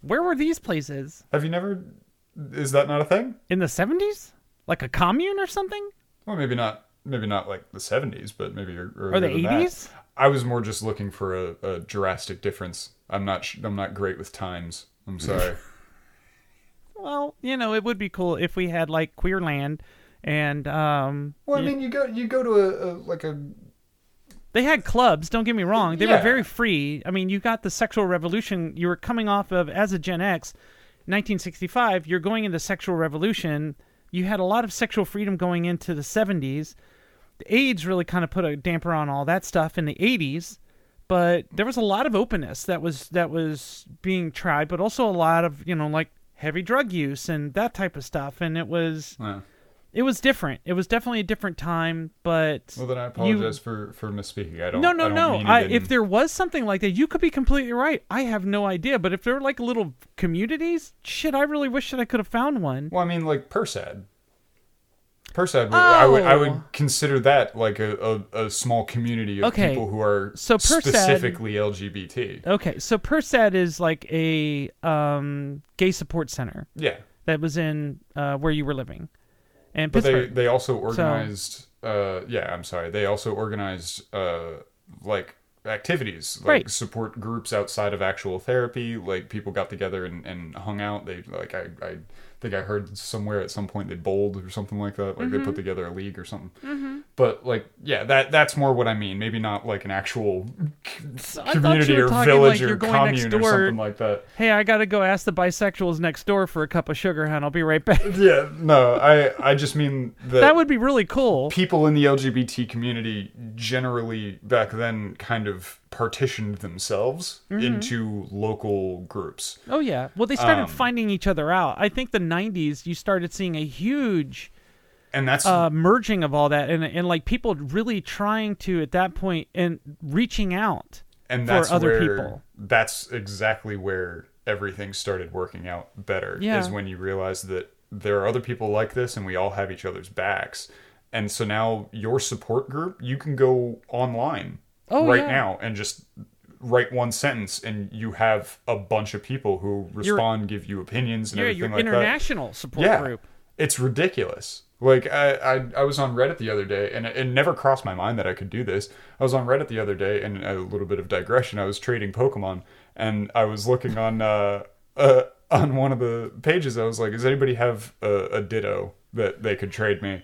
Where were these places? Have you never? Is that not a thing? In the 70s? Like a commune or something? Well, maybe not. Maybe not like the seventies, but maybe or, Or the 80s? eighties. I was more just looking for a, a drastic difference. I'm not. sh- I'm not great with times. I'm sorry. Well, you know, it would be cool if we had like Queerland and um well, I mean, you go. You go to a, a like a they had clubs, don't get me wrong. They Yeah. were very free. I mean, you got the sexual revolution you were coming off of as a Gen X 1965, you're going into sexual revolution. You had a lot of sexual freedom going into the 70s. The AIDS really kind of put a damper on all that stuff in the 80s, but there was a lot of openness that was that was being tried, but also a lot of, you know, like heavy drug use and that type of stuff and it was Yeah. it was different. It was definitely a different time, but Well, then I you- apologize for for misspeaking. I don't. no, I no, don't no. mean it I, in- if there was something like that, you could be completely right. I have no idea. But if there were like little communities, shit, I really wish that I could have found one. Well, I mean, like Persad. Persad, would I would I Oh. would consider that like a, a, a small community of Okay. people who are So Persad- specifically LGBT. Okay, so Persad is like a um, gay support center Yeah, that was in uh, where you were living, and but they Pittsburgh. they also organized. Uh, yeah, I'm sorry. They also organized uh, like activities, like Right. support groups outside of actual therapy. Like people got together and, and hung out. They like I I think I heard somewhere at some point they bowled or something like that. Like Mm-hmm. they put together a league or something. But like yeah, that that's more what I mean. Maybe not like an actual So I thought you community were or talking, village like, or you're going next commune or door. something like that. Hey, I gotta go ask the bisexuals next door for a cup of sugar, hon. I'll be right back. Yeah, no, I I just mean that, that would be really cool. people in the LGBT community generally back then kind of partitioned themselves Mm-hmm. into local groups. Oh yeah. Well, they Um, started finding each other out. I think the '90s, you started seeing a huge And that's uh, merging of all that and and like people really trying to at that point and reaching out and for that's other where, people. That's exactly where everything started working out better. Yeah. Is when you realize that there are other people like this, and we all have each other's backs. And so now your support group, you can go online Oh, right yeah. now and just write one sentence, and you have a bunch of people who respond, give you opinions, and Yeah, everything your like that. international support group. it's ridiculous. Like I, I, I was on Reddit the other day, and it, it never crossed my mind that I could do this. I was on Reddit the other day, and a little bit of digression. I was trading Pokemon, and I was looking on uh, uh on one of the pages. I was like, "Does anybody have a, a Ditto that they could trade me?"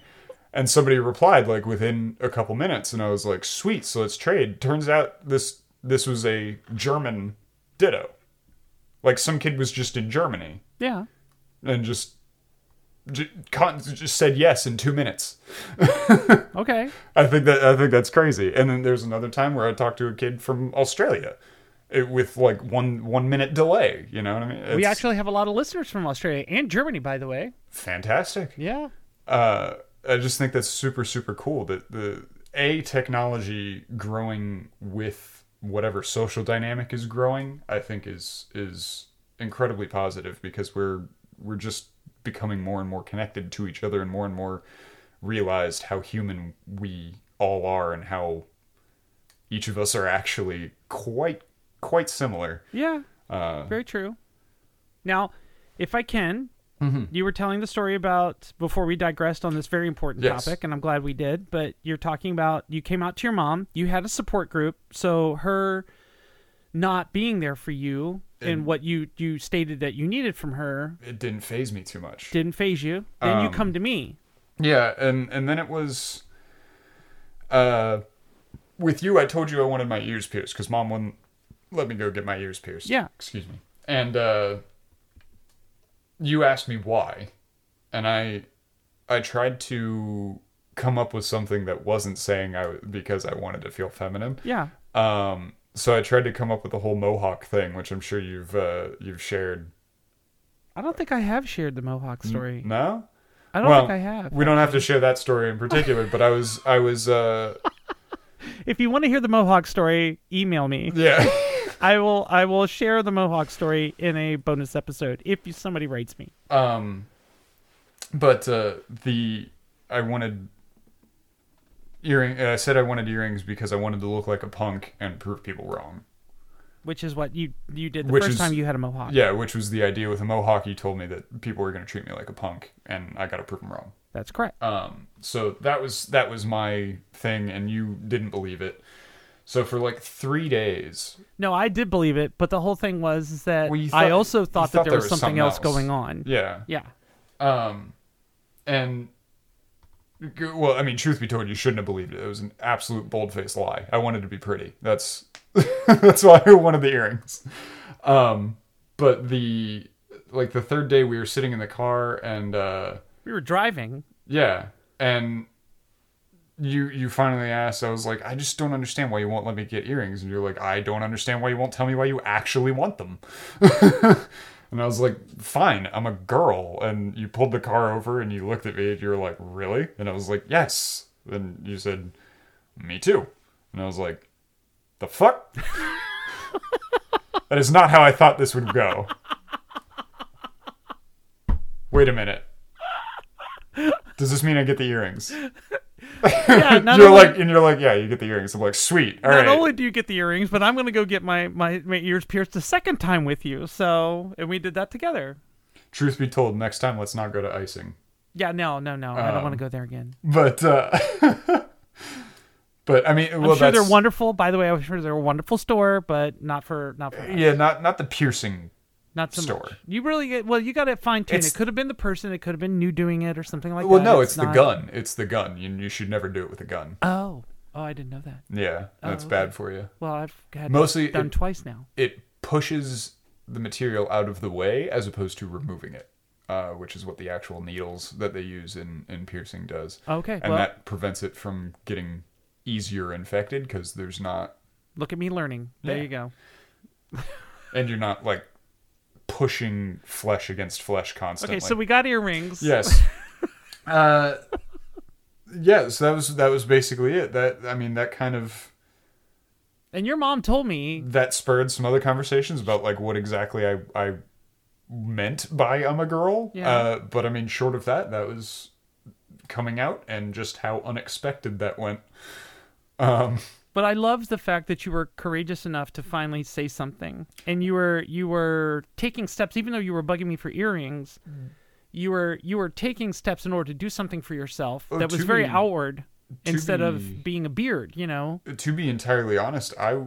And somebody replied like within a couple minutes, and I was like, "Sweet, so let's trade." Turns out this this was a German Ditto. Like some kid was just in Germany Yeah. and just j- con- just said yes in two minutes. Okay. I think that I think that's crazy. And then there's another time where I talked to a kid from Australia, it, with like one one minute delay. You know what I mean? It's we actually have a lot of listeners from Australia and Germany, by the way. fantastic. Yeah. Uh, I just think that's super super cool that the a technology growing with whatever social dynamic is growing. I think is is incredibly positive because we're we're just becoming more and more connected to each other and more and more realized how human we all are and how each of us are actually quite quite similar. Yeah. Uh, Very true. Now, if I can, Mm-hmm. you were telling the story about before we digressed on this very important Yes. topic, and I'm glad we did. But you're talking about you came out to your mom, you had a support group, so her not being there for you and what you you stated that you needed from her it didn't phase me too much. didn't phase you. Then Um, you come to me. Yeah, and and then it was, uh, with you. I told you I wanted my ears pierced because mom wouldn't let me go get my ears pierced. Yeah. excuse me. And uh, you asked me why, and I, I tried to come up with something that wasn't saying I because I wanted to feel feminine. Yeah. Um, so I tried to come up with the whole mohawk thing, which I'm sure you've uh, you've shared. I don't think I have shared the Mohawk story. No, I don't Mm, well, think I have. We don't have to share that story in particular, but I was I was uh If you want to hear the Mohawk story, email me. yeah. I will I will share the Mohawk story in a bonus episode if you, somebody writes me. Um but uh the I wanted earring I said I wanted earrings because I wanted to look like a punk and prove people wrong. which is what you you did the Which first is- time you had a mohawk. Yeah, which was the idea with a mohawk. You told me that people were going to treat me like a punk and I got to prove them wrong. That's correct. Um, so that was that was my thing and you didn't believe it. So for like 3 days No, I did believe it, but the whole thing was is that Well, you I thought- also you thought that thought there, was something, else, going on. Yeah. Yeah. Um, and g- well, I mean, truth be told, you shouldn't have believed it. It was an absolute bold-faced lie. I wanted to be pretty. That's that's why I wanted the earrings. Um, but the like the third day, we were sitting in the car, and uh, We were driving. yeah, and you you finally asked. I was like, I just don't understand why you won't let me get earrings, and you're like, I don't understand why you won't tell me why you actually want them. and I was like, fine, I'm a girl. And you pulled the car over, and you looked at me, and you were like, really? And I was like, yes. And you said, me too. And I was like, the fuck. that is not how I thought this would go. Wait a minute. Does this mean I get the earrings? Yeah, not you're only, like, and you're like, yeah, you get the earrings. I'm like, sweet. All not right. only do you get the earrings, but I'm going to go get my, my my ears pierced the second time with you. So, and we did that together. Truth be told, next time let's not go to icing. Yeah, no, no, no. I don't Um, want to go there again. But, uh, but I mean, well, I'm sure they're that's wonderful. By the way, I'm sure they're a wonderful store, but not for not for yeah, not not the piercing. not so Store. much. You really get well. You got to fine tune. It's- It could have been the person. It could have been new doing it or something like Well, that. no, it's, the not- gun. It's the gun. You you should never do it with a gun. Oh, oh, I didn't know that. Yeah, that's bad for you. Well, I've had Mostly it done it- twice now. It pushes the material out of the way as opposed to removing it, uh, which is what the actual needles that they use in in piercing does. Okay, and well, that prevents it from getting easier infected because there's not look at me learning. There Yeah. you go. and you're not like pushing flesh against flesh constantly. Okay, so we got earrings. yes, uh, yes, that was that was basically it. That I mean, that kind of And your mom told me that spurred some other conversations about like what exactly I I meant by I'm a girl. Yeah. Uh, but I mean, short of that, that was coming out and just how unexpected that went. Um, But I loved the fact that you were courageous enough to finally say something, and you were you were taking steps, even though you were bugging me for earrings. you were you were taking steps in order to do something for yourself Oh, that was to very be- outward to instead be- of being a beard, you know. to be entirely honest, I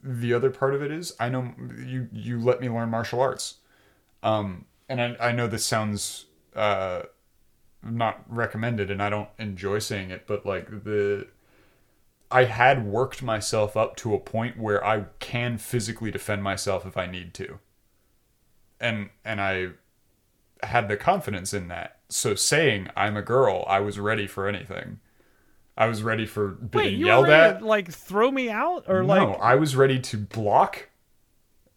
the other part of it is I know you you let me learn martial arts, um, and I I know this sounds uh, not recommended, and I don't enjoy saying it, but like the I had worked myself up to a point where I can physically defend myself if I need to, and and I had the confidence in that. So saying I'm a girl, I was ready for anything. I was ready for Wait, being you yelled were ready at. to, like throw me out or No, like I was ready to block,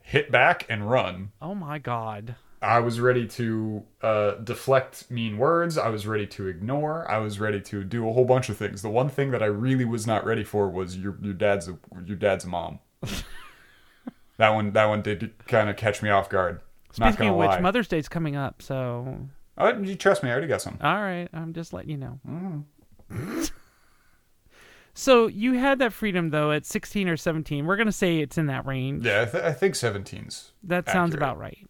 hit back, and run. oh my god. I was ready to uh, deflect mean words. I was ready to ignore. I was ready to do a whole bunch of things. The one thing that I really was not ready for was your your dad's your dad's mom. that one that one did kind of catch me off guard. not Speaking gonna of which, lie. Mother's Day's coming up, so oh, you trust me? I already got some. all right, I'm just letting you know. Mm. so you had that freedom though at 16 or 17. We're gonna say it's in that range. Yeah, I, th- I think 17's. That sounds accurate. about right.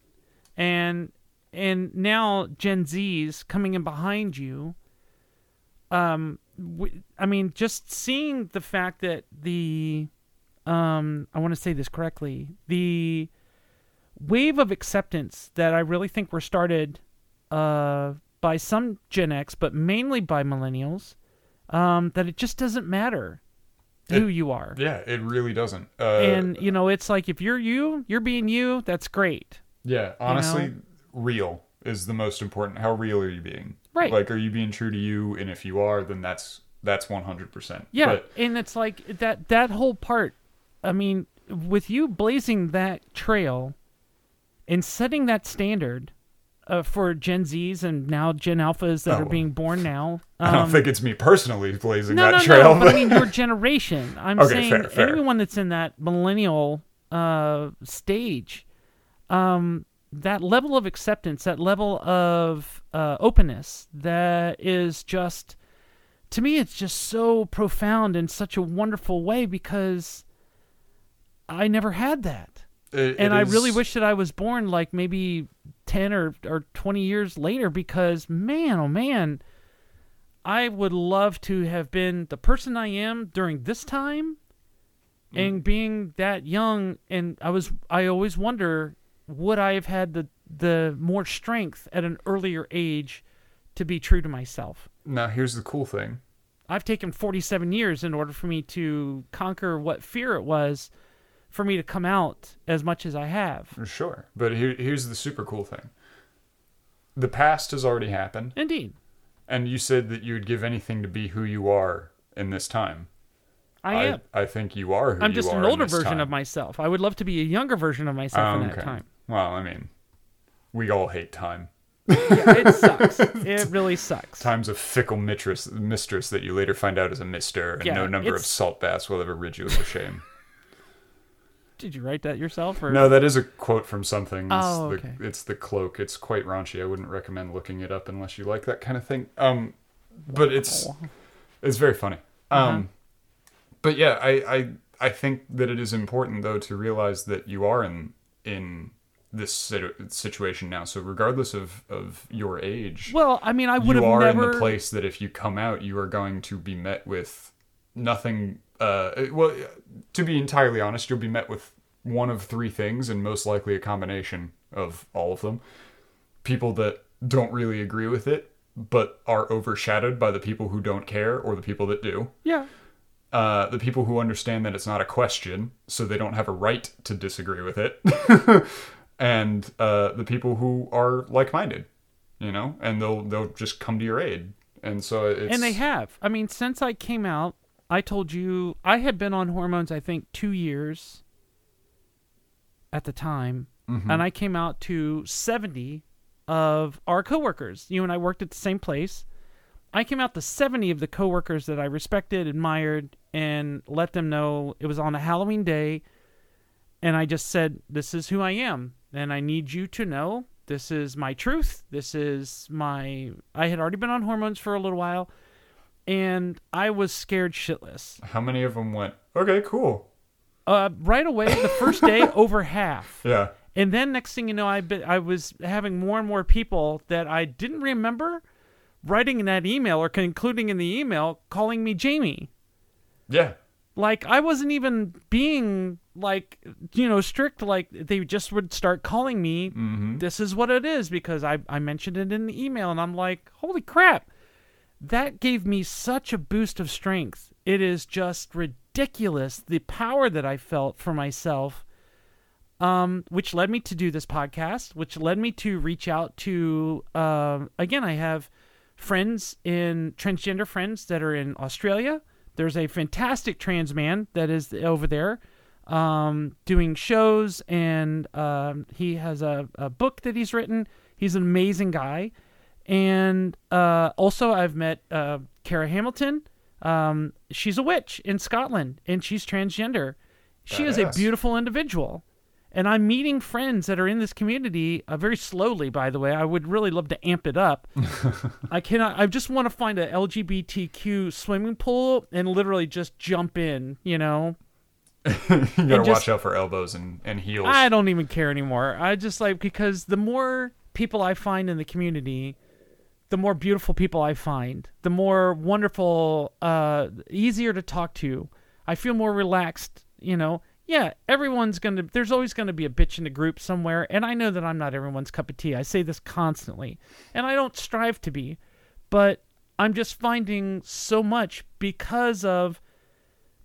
And and now Gen Z's coming in behind you. Um, w- I mean, just seeing the fact that the, um, I want to say this correctly, the wave of acceptance that I really think were started, uh, by some Gen X, but mainly by millennials, um, that it just doesn't matter who you are. Yeah, it really doesn't. Uh, And you know, it's like if you're you, you're being you. That's great. Yeah, honestly, real is the most important. How real are you being? Right. Like, are you being true to you? And if you are, then that's that's one hundred percent. Yeah, But and it's like that that whole part. I mean, with you blazing that trail and setting that standard uh, for Gen Zs and now Gen Alphas that Oh. are being born now. I Um, don't think it's me personally blazing no, that no, trail. no. But I mean, your generation. I'm Okay, saying fair, fair. anyone that's in that millennial uh, stage, um, that level of acceptance, that level of uh, openness, that is just, to me, it's just so profound in such a wonderful way because I never had that. It- And it I is- really wish that I was born like maybe 10 or, or 20 years later because, man, oh man, I would love to have been the person I am during this time Mm. and being that young. And I was, I always wonder, would I have had the, the more strength at an earlier age to be true to myself? Now here's the cool thing. I've taken 47 years in order for me to conquer what fear it was for me to come out as much as I have. For sure. But here, here's the super cool thing. The past has already happened, Indeed. and you said that you would give anything to be who you are in this time. I, am. I, think you are who I'm you just are an in older this version time. Ah, Oh, of myself. I would love to be a younger version of myself in that Okay. time. Well, I mean, we all hate time. It sucks. it really sucks. times a fickle mistress mistress that you later find out is a mister and Yeah, no number of it's- salt baths will ever rid you of her shame Did you write that yourself or no that is a quote from something it's, Oh, the, okay. it's the cloak it's quite raunchy i wouldn't recommend looking it up unless you like that kind of thing um but it's it's very funny Uh-huh. um but yeah I, I i think that it is important though to realize that you are in in this situ- situation now so regardless of of your age Well, I mean, I would you have are never. in the place that if you come out, you are going to be met with nothing. Uh, well, to be entirely honest, you'll be met with one of three things, and most likely a combination of all of them. People that don't really agree with it, but are overshadowed by the people who don't care or the people that do. Yeah. Uh, the people who understand that it's not a question, so they don't have a right to disagree with it. and uh, the people who are like-minded, you know, and they'll they'll just come to your aid. And so it's And they have. I mean, since I came out, I told you I had been on hormones, I think, two years at the time. mm-hmm. And I came out to 70 of our coworkers. You and I worked at the same place. I came out to 70 of the coworkers that I respected, admired, and let them know it was on a Halloween day. And I just said, This is who I am. And I need you to know this is my truth. This is my. I had already been on hormones for a little while, and I was scared shitless. how many of them went? Okay, cool. Uh, right away, the first day, over half. Yeah, And then next thing you know, I be, I was having more and more people that I didn't remember writing in that email or concluding in the email calling me Jamie. Yeah. Like I wasn't even being like you know strict. Like they just would start calling me. This is what it is because I I mentioned it in the email, and I'm like, holy crap! That gave me such a boost of strength. It is just ridiculous the power that I felt for myself um, which led me to do this podcast, which led me to reach out to, um again, I have friends in transgender friends that are in Australia. There's a fantastic trans man that is over there um, doing shows, and um, he has a, a book that he's written. He's an amazing guy. And uh, also, I've met uh, Kara Hamilton. Um, she's a witch in Scotland, and she's transgender. She is a Badass. beautiful beautiful individual. And I'm meeting friends that are in this community uh, very slowly, by the way. I would really love to amp it up. I cannot, I just want to find a LGBTQ swimming pool and literally just jump in, you know? You gotta just- watch out for elbows and, and heels. I don't even care anymore. I just like, because the more people I find in the community, the more beautiful people I find, the more wonderful, uh, easier to talk to. I feel more relaxed, you know. Yeah, everyone's going to, there's always going to be a bitch in the group somewhere. And I know that I'm not everyone's cup of tea. I say this constantly. And I don't strive to be. But I'm just finding so much because of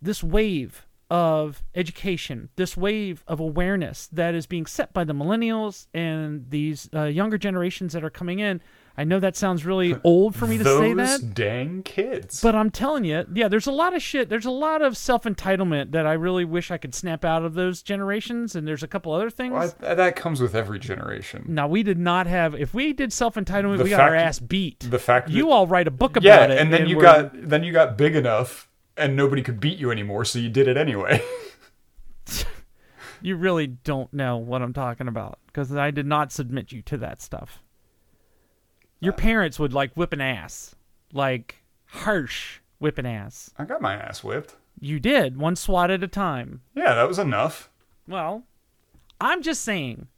this wave of education, this wave of awareness that is being set by the millennials and these uh, younger generations that are coming in. I know that sounds really old for me to Those say that. dang kids. But I'm telling you, yeah, there's a lot of shit. There's a lot of self entitlement that I really wish I could snap out of those generations. And there's a couple other things. Well, I- that comes with every generation. Now we did not have. If we did self entitlement, The we got our fact- ass beat. the fact Mm. you that- all write a book about Yeah, it, and then you we're- got then you got big enough, and nobody could beat you anymore, so you did it anyway. you really don't know what I'm talking about because I did not submit you to that stuff. Your parents would like whip an ass, like harsh whip an ass. I got my ass whipped. You did one swat at a time. Yeah, that was enough. Well, I'm just saying.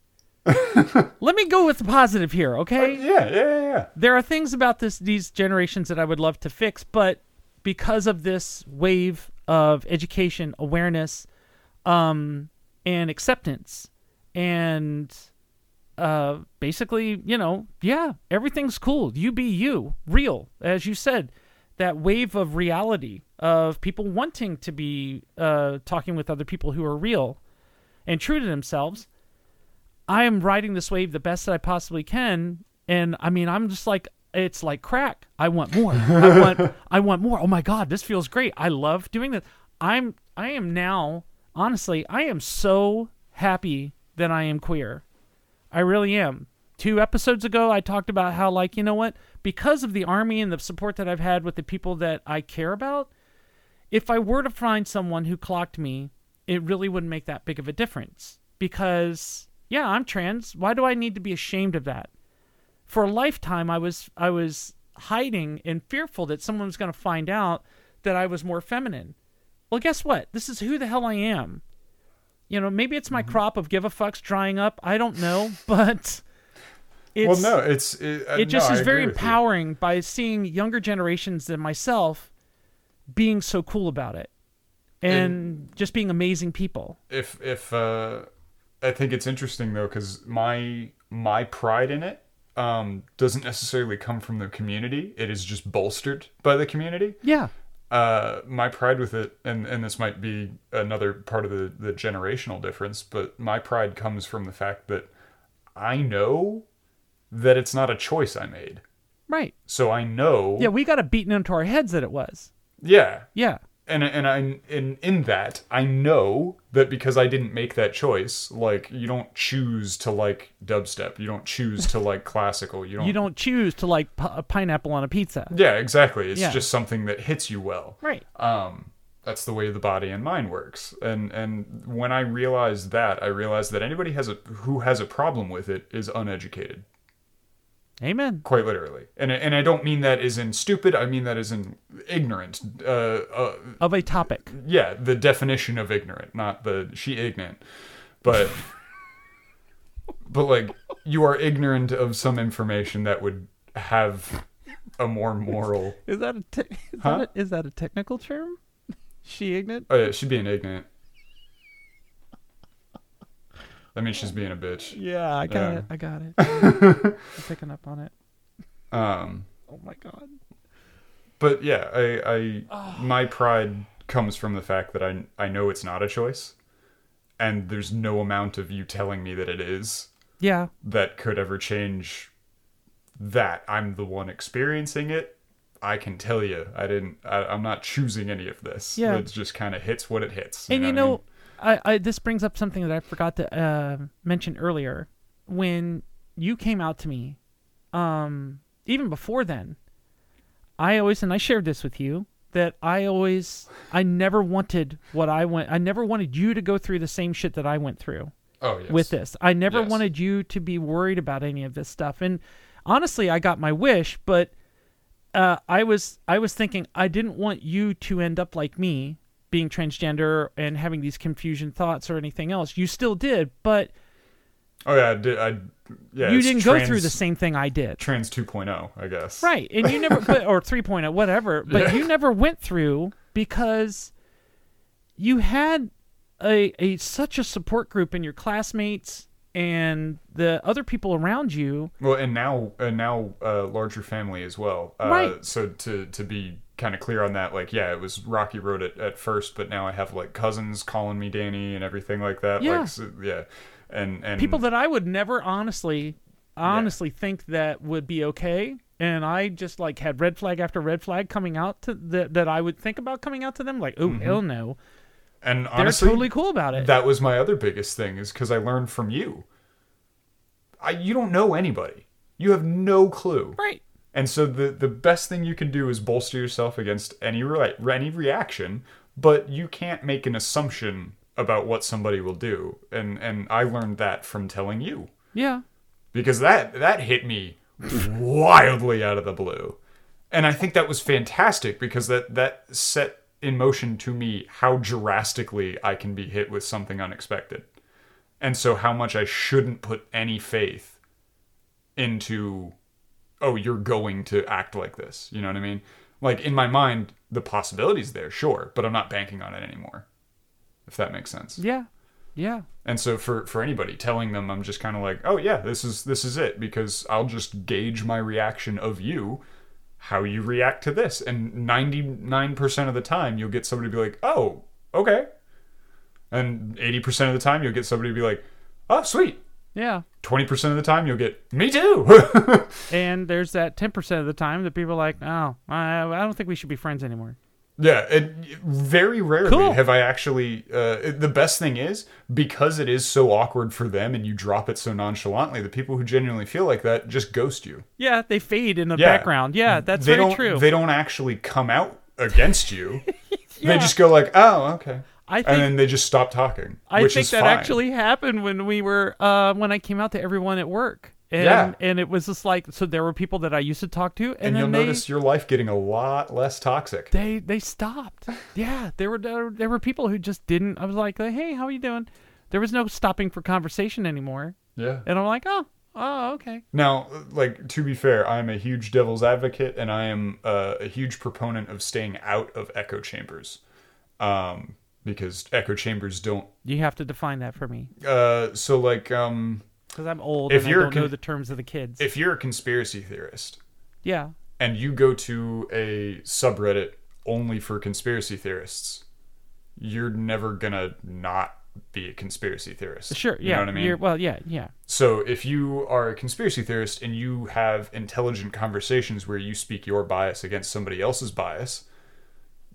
Let me go with the positive here, okay? Yeah, yeah, yeah, yeah. There are things about this these generations that I would love to fix, but because of this wave of education, awareness, um, and acceptance, and uh, basically, you know, yeah, everything's cool. You be you, real, as you said. That wave of reality of people wanting to be uh, talking with other people who are real and true to themselves. I am riding this wave the best that I possibly can, and I mean, I'm just like it's like crack. I want more. I want. I want more. Oh my god, this feels great. I love doing this. I'm. I am now. Honestly, I am so happy that I am queer. I really am. Two episodes ago, I talked about how, like, you know what? Because of the army and the support that I've had with the people that I care about, if I were to find someone who clocked me, it really wouldn't make that big of a difference. Because, yeah, I'm trans. Why do I need to be ashamed of that? For a lifetime, I was I was hiding and fearful that someone was going to find out that I was more feminine. Well, guess what? This is who the hell I am. You know, maybe it's my Mm-hmm. crop of give a fucks drying up. I don't know, but it's, well, no, it's it, uh, it just no, I is agree very with you. empowering by seeing younger generations than myself being so cool about it and, just being amazing people. If if uh, I think it's interesting though, because my my pride in it um, doesn't necessarily come from the community. It is just bolstered by the community. Yeah. uh, my pride with it, and, and this might be another part of the, the generational difference, but my pride comes from the fact that I know that it's not a choice I made. Right. So I know, Yeah, we got it beaten into our heads that it was. yeah, Yeah. and and I in in that I know that because I didn't make that choice, like you don't choose to like dubstep, you don't choose to like classical, you don't, You don't choose to like p- a pineapple on a pizza. yeah, exactly. It's Yeah. just something that hits you well, Right. um, that's the way the body and mind works. And and when I realized that, I realized that anybody has a who has a problem with it is uneducated, Amen. quite literally. And I- and I don't mean that as in stupid. I mean that as in ignorant. Uh, uh, Of a topic. yeah, the definition of ignorant, not the she ignorant, but but like you are ignorant of some information that would have a more moral. Is that a te- is, Huh? that a, is that a technical term? She ignorant? Oh, yeah, it should be an ignorant. That means she's being a bitch. Yeah, I got Yeah. it. I got it. I'm picking up on it. Um, Oh my god. but yeah, I, I my pride comes from the fact that I I know it's not a choice, and there's no amount of you telling me that it is Yeah. that could ever change that. I'm the one experiencing it. I can tell you, I didn't. I, I'm not choosing any of this. Yeah. it just kind of hits what it hits. and you what I mean? know, I, I this brings up something that I forgot to uh, mention earlier. When you came out to me, um, even before then, I always and I shared this with you that I always I never wanted what I went. I never wanted you to go through the same shit that I went through oh yes. with this. I never Yes. wanted you to be worried about any of this stuff. And honestly, I got my wish, but uh, I was I was thinking I didn't want you to end up like me, being transgender and having these confusion thoughts or anything else. You still did, but Oh yeah, I did. I, yeah, you it's didn't go trans- through the same thing I did. trans 2.0, I guess. Right. And you never but or 3.0 whatever, but you never went through because you had a, a such a support group in your classmates and the other people around you Well, and now and now uh, larger family as well. Uh, Right. So to to be kind of clear on that, like yeah, it was Rocky Road at, at first, but now I have like cousins calling me Danny and everything like that. Yeah. Like, so, yeah. And and people that I would never honestly honestly think that would be okay. And I just like had red flag after red flag coming out to that that I would think about coming out to them like, oh hell no. and They're Mm-hmm. honestly, totally cool about it. that was my other biggest thing is because I learned from you. I you don't know anybody. You have no clue. right. And so the the best thing you can do is bolster yourself against any re- any reaction, but you can't make an assumption about what somebody will do. And and I learned that from telling you Yeah. because that that hit me wildly out of the blue. And I think that was fantastic because that that set in motion to me how drastically I can be hit with something unexpected. And so how much I shouldn't put any faith into oh you're going to act like this. You know what I mean? Like in my mind the possibilities there, sure, but I'm not banking on it anymore. If that makes sense. Yeah. Yeah. And so for for anybody telling them I'm just kind of like, "Oh yeah, this is this is it" because I'll just gauge my reaction of you how you react to this and 99% of the time you'll get somebody to be like, "Oh, okay." And 80% of the time you'll get somebody to be like, "Oh, sweet." Yeah. 20% of the time you'll get, "Me too." And there's that 10% of the time that people are like, oh, I, I don't think we should be friends anymore. Yeah, and very rarely Cool. have I actually. Uh, the best thing is because it is so awkward for them, and you drop it so nonchalantly. The people who genuinely feel like that just ghost you. Yeah, they fade in the Yeah. background. Yeah, that's they very don't, true. They don't actually come out against you. Yeah. They just go like, "Oh, okay," I think and then they just stop talking. I which think is that fine. actually happened when we were uh, when I came out to everyone at work. And, Yeah. and it was just like so there were people that I used to talk to, and, And then you'll they, notice your life getting a lot less toxic. they they stopped. Yeah, there were there, there were people who just didn't. I was like, uh, hey, how are you doing? There was no stopping for conversation anymore, Yeah. and I'm like, oh, oh, okay, Now, like to be fair, I'm a huge devil's advocate, and I am uh, a huge proponent of staying out of echo chambers, um, because echo chambers don't. you have to define that for me Uh, so, like, um, because I'm old If and you're I don't know con- the terms of the kids. if you're a conspiracy theorist yeah, and you go to a subreddit only for conspiracy theorists, you're never gonna not be a conspiracy theorist. sure, yeah, you know what I mean. you're- well, yeah, yeah, So if you are a conspiracy theorist and you have intelligent conversations where you speak your bias against somebody else's bias,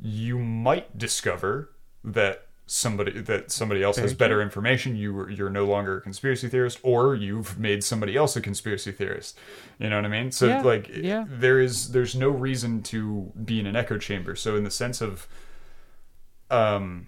you might discover that somebody that somebody else has better information. You were- you're no longer a conspiracy theorist, or you've made somebody else a conspiracy theorist. You know what I mean? So Yeah, like yeah. there is there's no reason to be in an echo chamber. So in the sense of um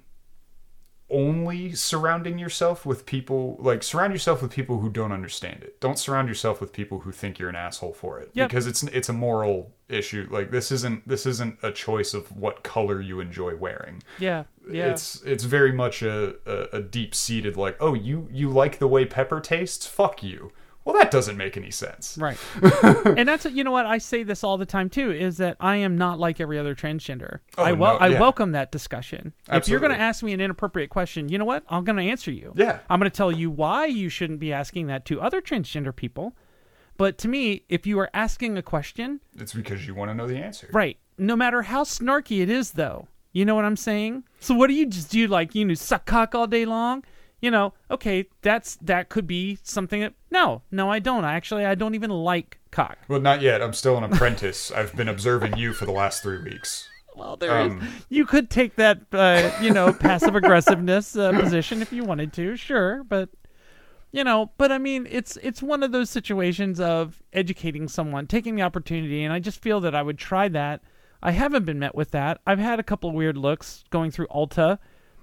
only surrounding yourself with people like surround yourself with people who don't understand it. Don't surround yourself with people who think you're an asshole for it Yep. because it's it's a moral issue. Like this isn't this isn't a choice of what color you enjoy wearing. Yeah. Yeah. It's it's very much a, a, a deep seated like oh you you like the way pepper tastes fuck you. Well that doesn't make any sense. Right. and that's you know what I say this all the time too is that I am not like every other transgender. I Oh, no, wel- I yeah. welcome that discussion. If you're going to Absolutely. ask me an inappropriate question, you know what? I'm going to answer you. Yeah. I'm going to tell you why you shouldn't be asking that to other transgender people. But to me, if you are asking a question, It's because you want to know the answer. right, no matter how snarky it is though. You know what I'm saying? So what do you just do like you know suck cock all day long? You know, okay, that's that could be something that No, no I don't. Actually, I don't even like cock. Well, not yet. I'm still an apprentice. I've been observing you for the last three weeks. Well, there is. Um, You could take that, uh, you know, passive aggressiveness uh, position if you wanted to, sure, but you know, but I mean, it's it's one of those situations of educating someone, taking the opportunity, and I just feel that I would try that. I haven't been met with that. I've had a couple weird looks going through Ulta.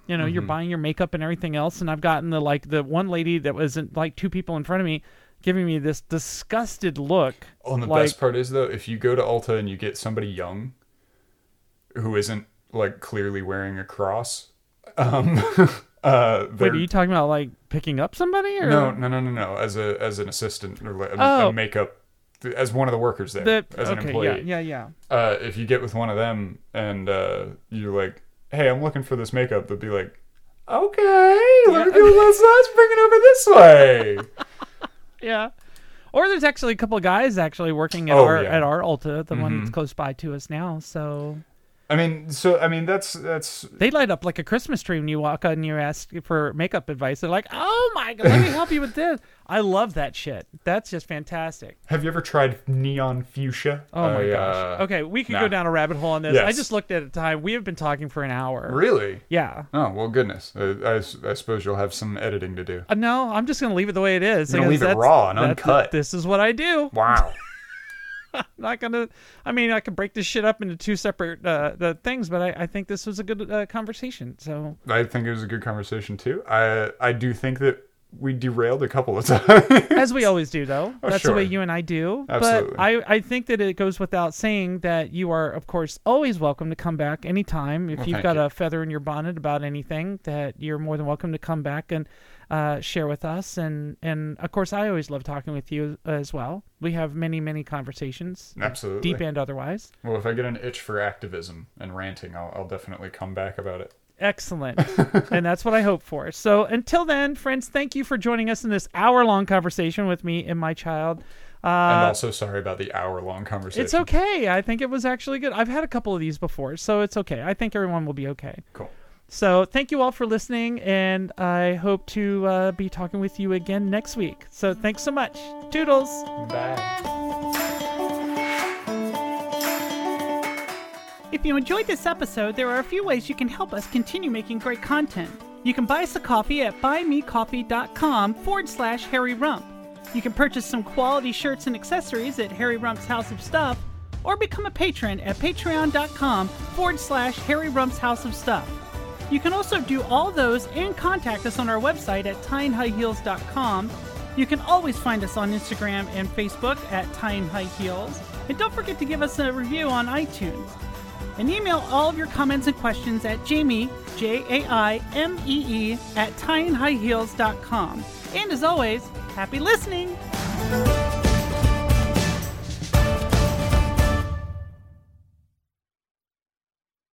You know, Mm-hmm. you're buying your makeup and everything else, and I've gotten the like the one lady that was in, like two people in front of me giving me this disgusted look. Oh, and the like, best part is though, if you go to Ulta and you get somebody young who isn't like clearly wearing a cross, um, uh, wait, they're are you talking about like picking up somebody or no, no, no, no, no. As a as an assistant or like, a, Oh. a makeup, as one of the workers there, the as an okay, employee. yeah, yeah, yeah. uh, if you get with one of them and uh, you're like, "Hey, I'm looking for this makeup," they'll be like, "Okay, let me Yeah. go. Let's let's bring it over this way." Yeah. Or there's actually a couple of guys actually working at Oh, our yeah. Mm-hmm. at our Ulta, the one that's close by to us now. So I mean, so I mean, that's that's they light up like a Christmas tree when you walk out and you ask for makeup advice. They're like, "Oh my god, let me help you with this." I love that shit. That's just fantastic. Have you ever tried neon fuchsia? uh, Oh my gosh. okay, we could go nah. down a rabbit hole on this. I Yes. just looked at the time. We have been talking for an hour. Really? Yeah. Oh well, goodness. Uh, I, s- I suppose you'll have some editing to do. Uh, no, I'm just gonna leave it the way it is. You're gonna because leave it that's- raw and that's- uncut. This is what I do. Wow. not gonna i mean i could break this shit up into two separate uh the things but i i think this was a good uh, conversation so I think it was a good conversation too. I I do think that we derailed a couple of times. as we always do though that's the way Oh, sure. you and i do Absolutely. but i i think that it goes without saying that you are of course always welcome to come back anytime if you've thank got you. a feather in your bonnet about anything that you're more than welcome to come back and uh share with us and and of course i always love talking with you as well we have many many conversations Absolutely. deep and otherwise Well, if I get an itch for activism and ranting, I'll, I'll definitely come back about it. Excellent. and that's what I hope for. So until then, friends, thank you for joining us in this hour long conversation with me and my child. And Uh, also, sorry about the hour-long conversation. it's okay. I think it was actually good. I've had a couple of these before, so it's okay. I think everyone will be okay. Cool. So thank you all for listening, and I hope to uh, be talking with you again next week. So thanks so much. Toodles. Bye. If you enjoyed this episode, there are a few ways you can help us continue making great content. You can buy us a coffee at buymecoffee.com forward slash Harry Rump. You can purchase some quality shirts and accessories at Harry Rump's House of Stuff, or become a patron at patreon.com forward slash Harry Rump's House of Stuff. You can also do all those and contact us on our website at tyinghighheels.com. You can always find us on Instagram and Facebook at Tying High Heels. And don't forget to give us a review on iTunes and email all of your comments and questions at Jamie, J A I M E E, at tyinghighheels.com. And as always, happy listening!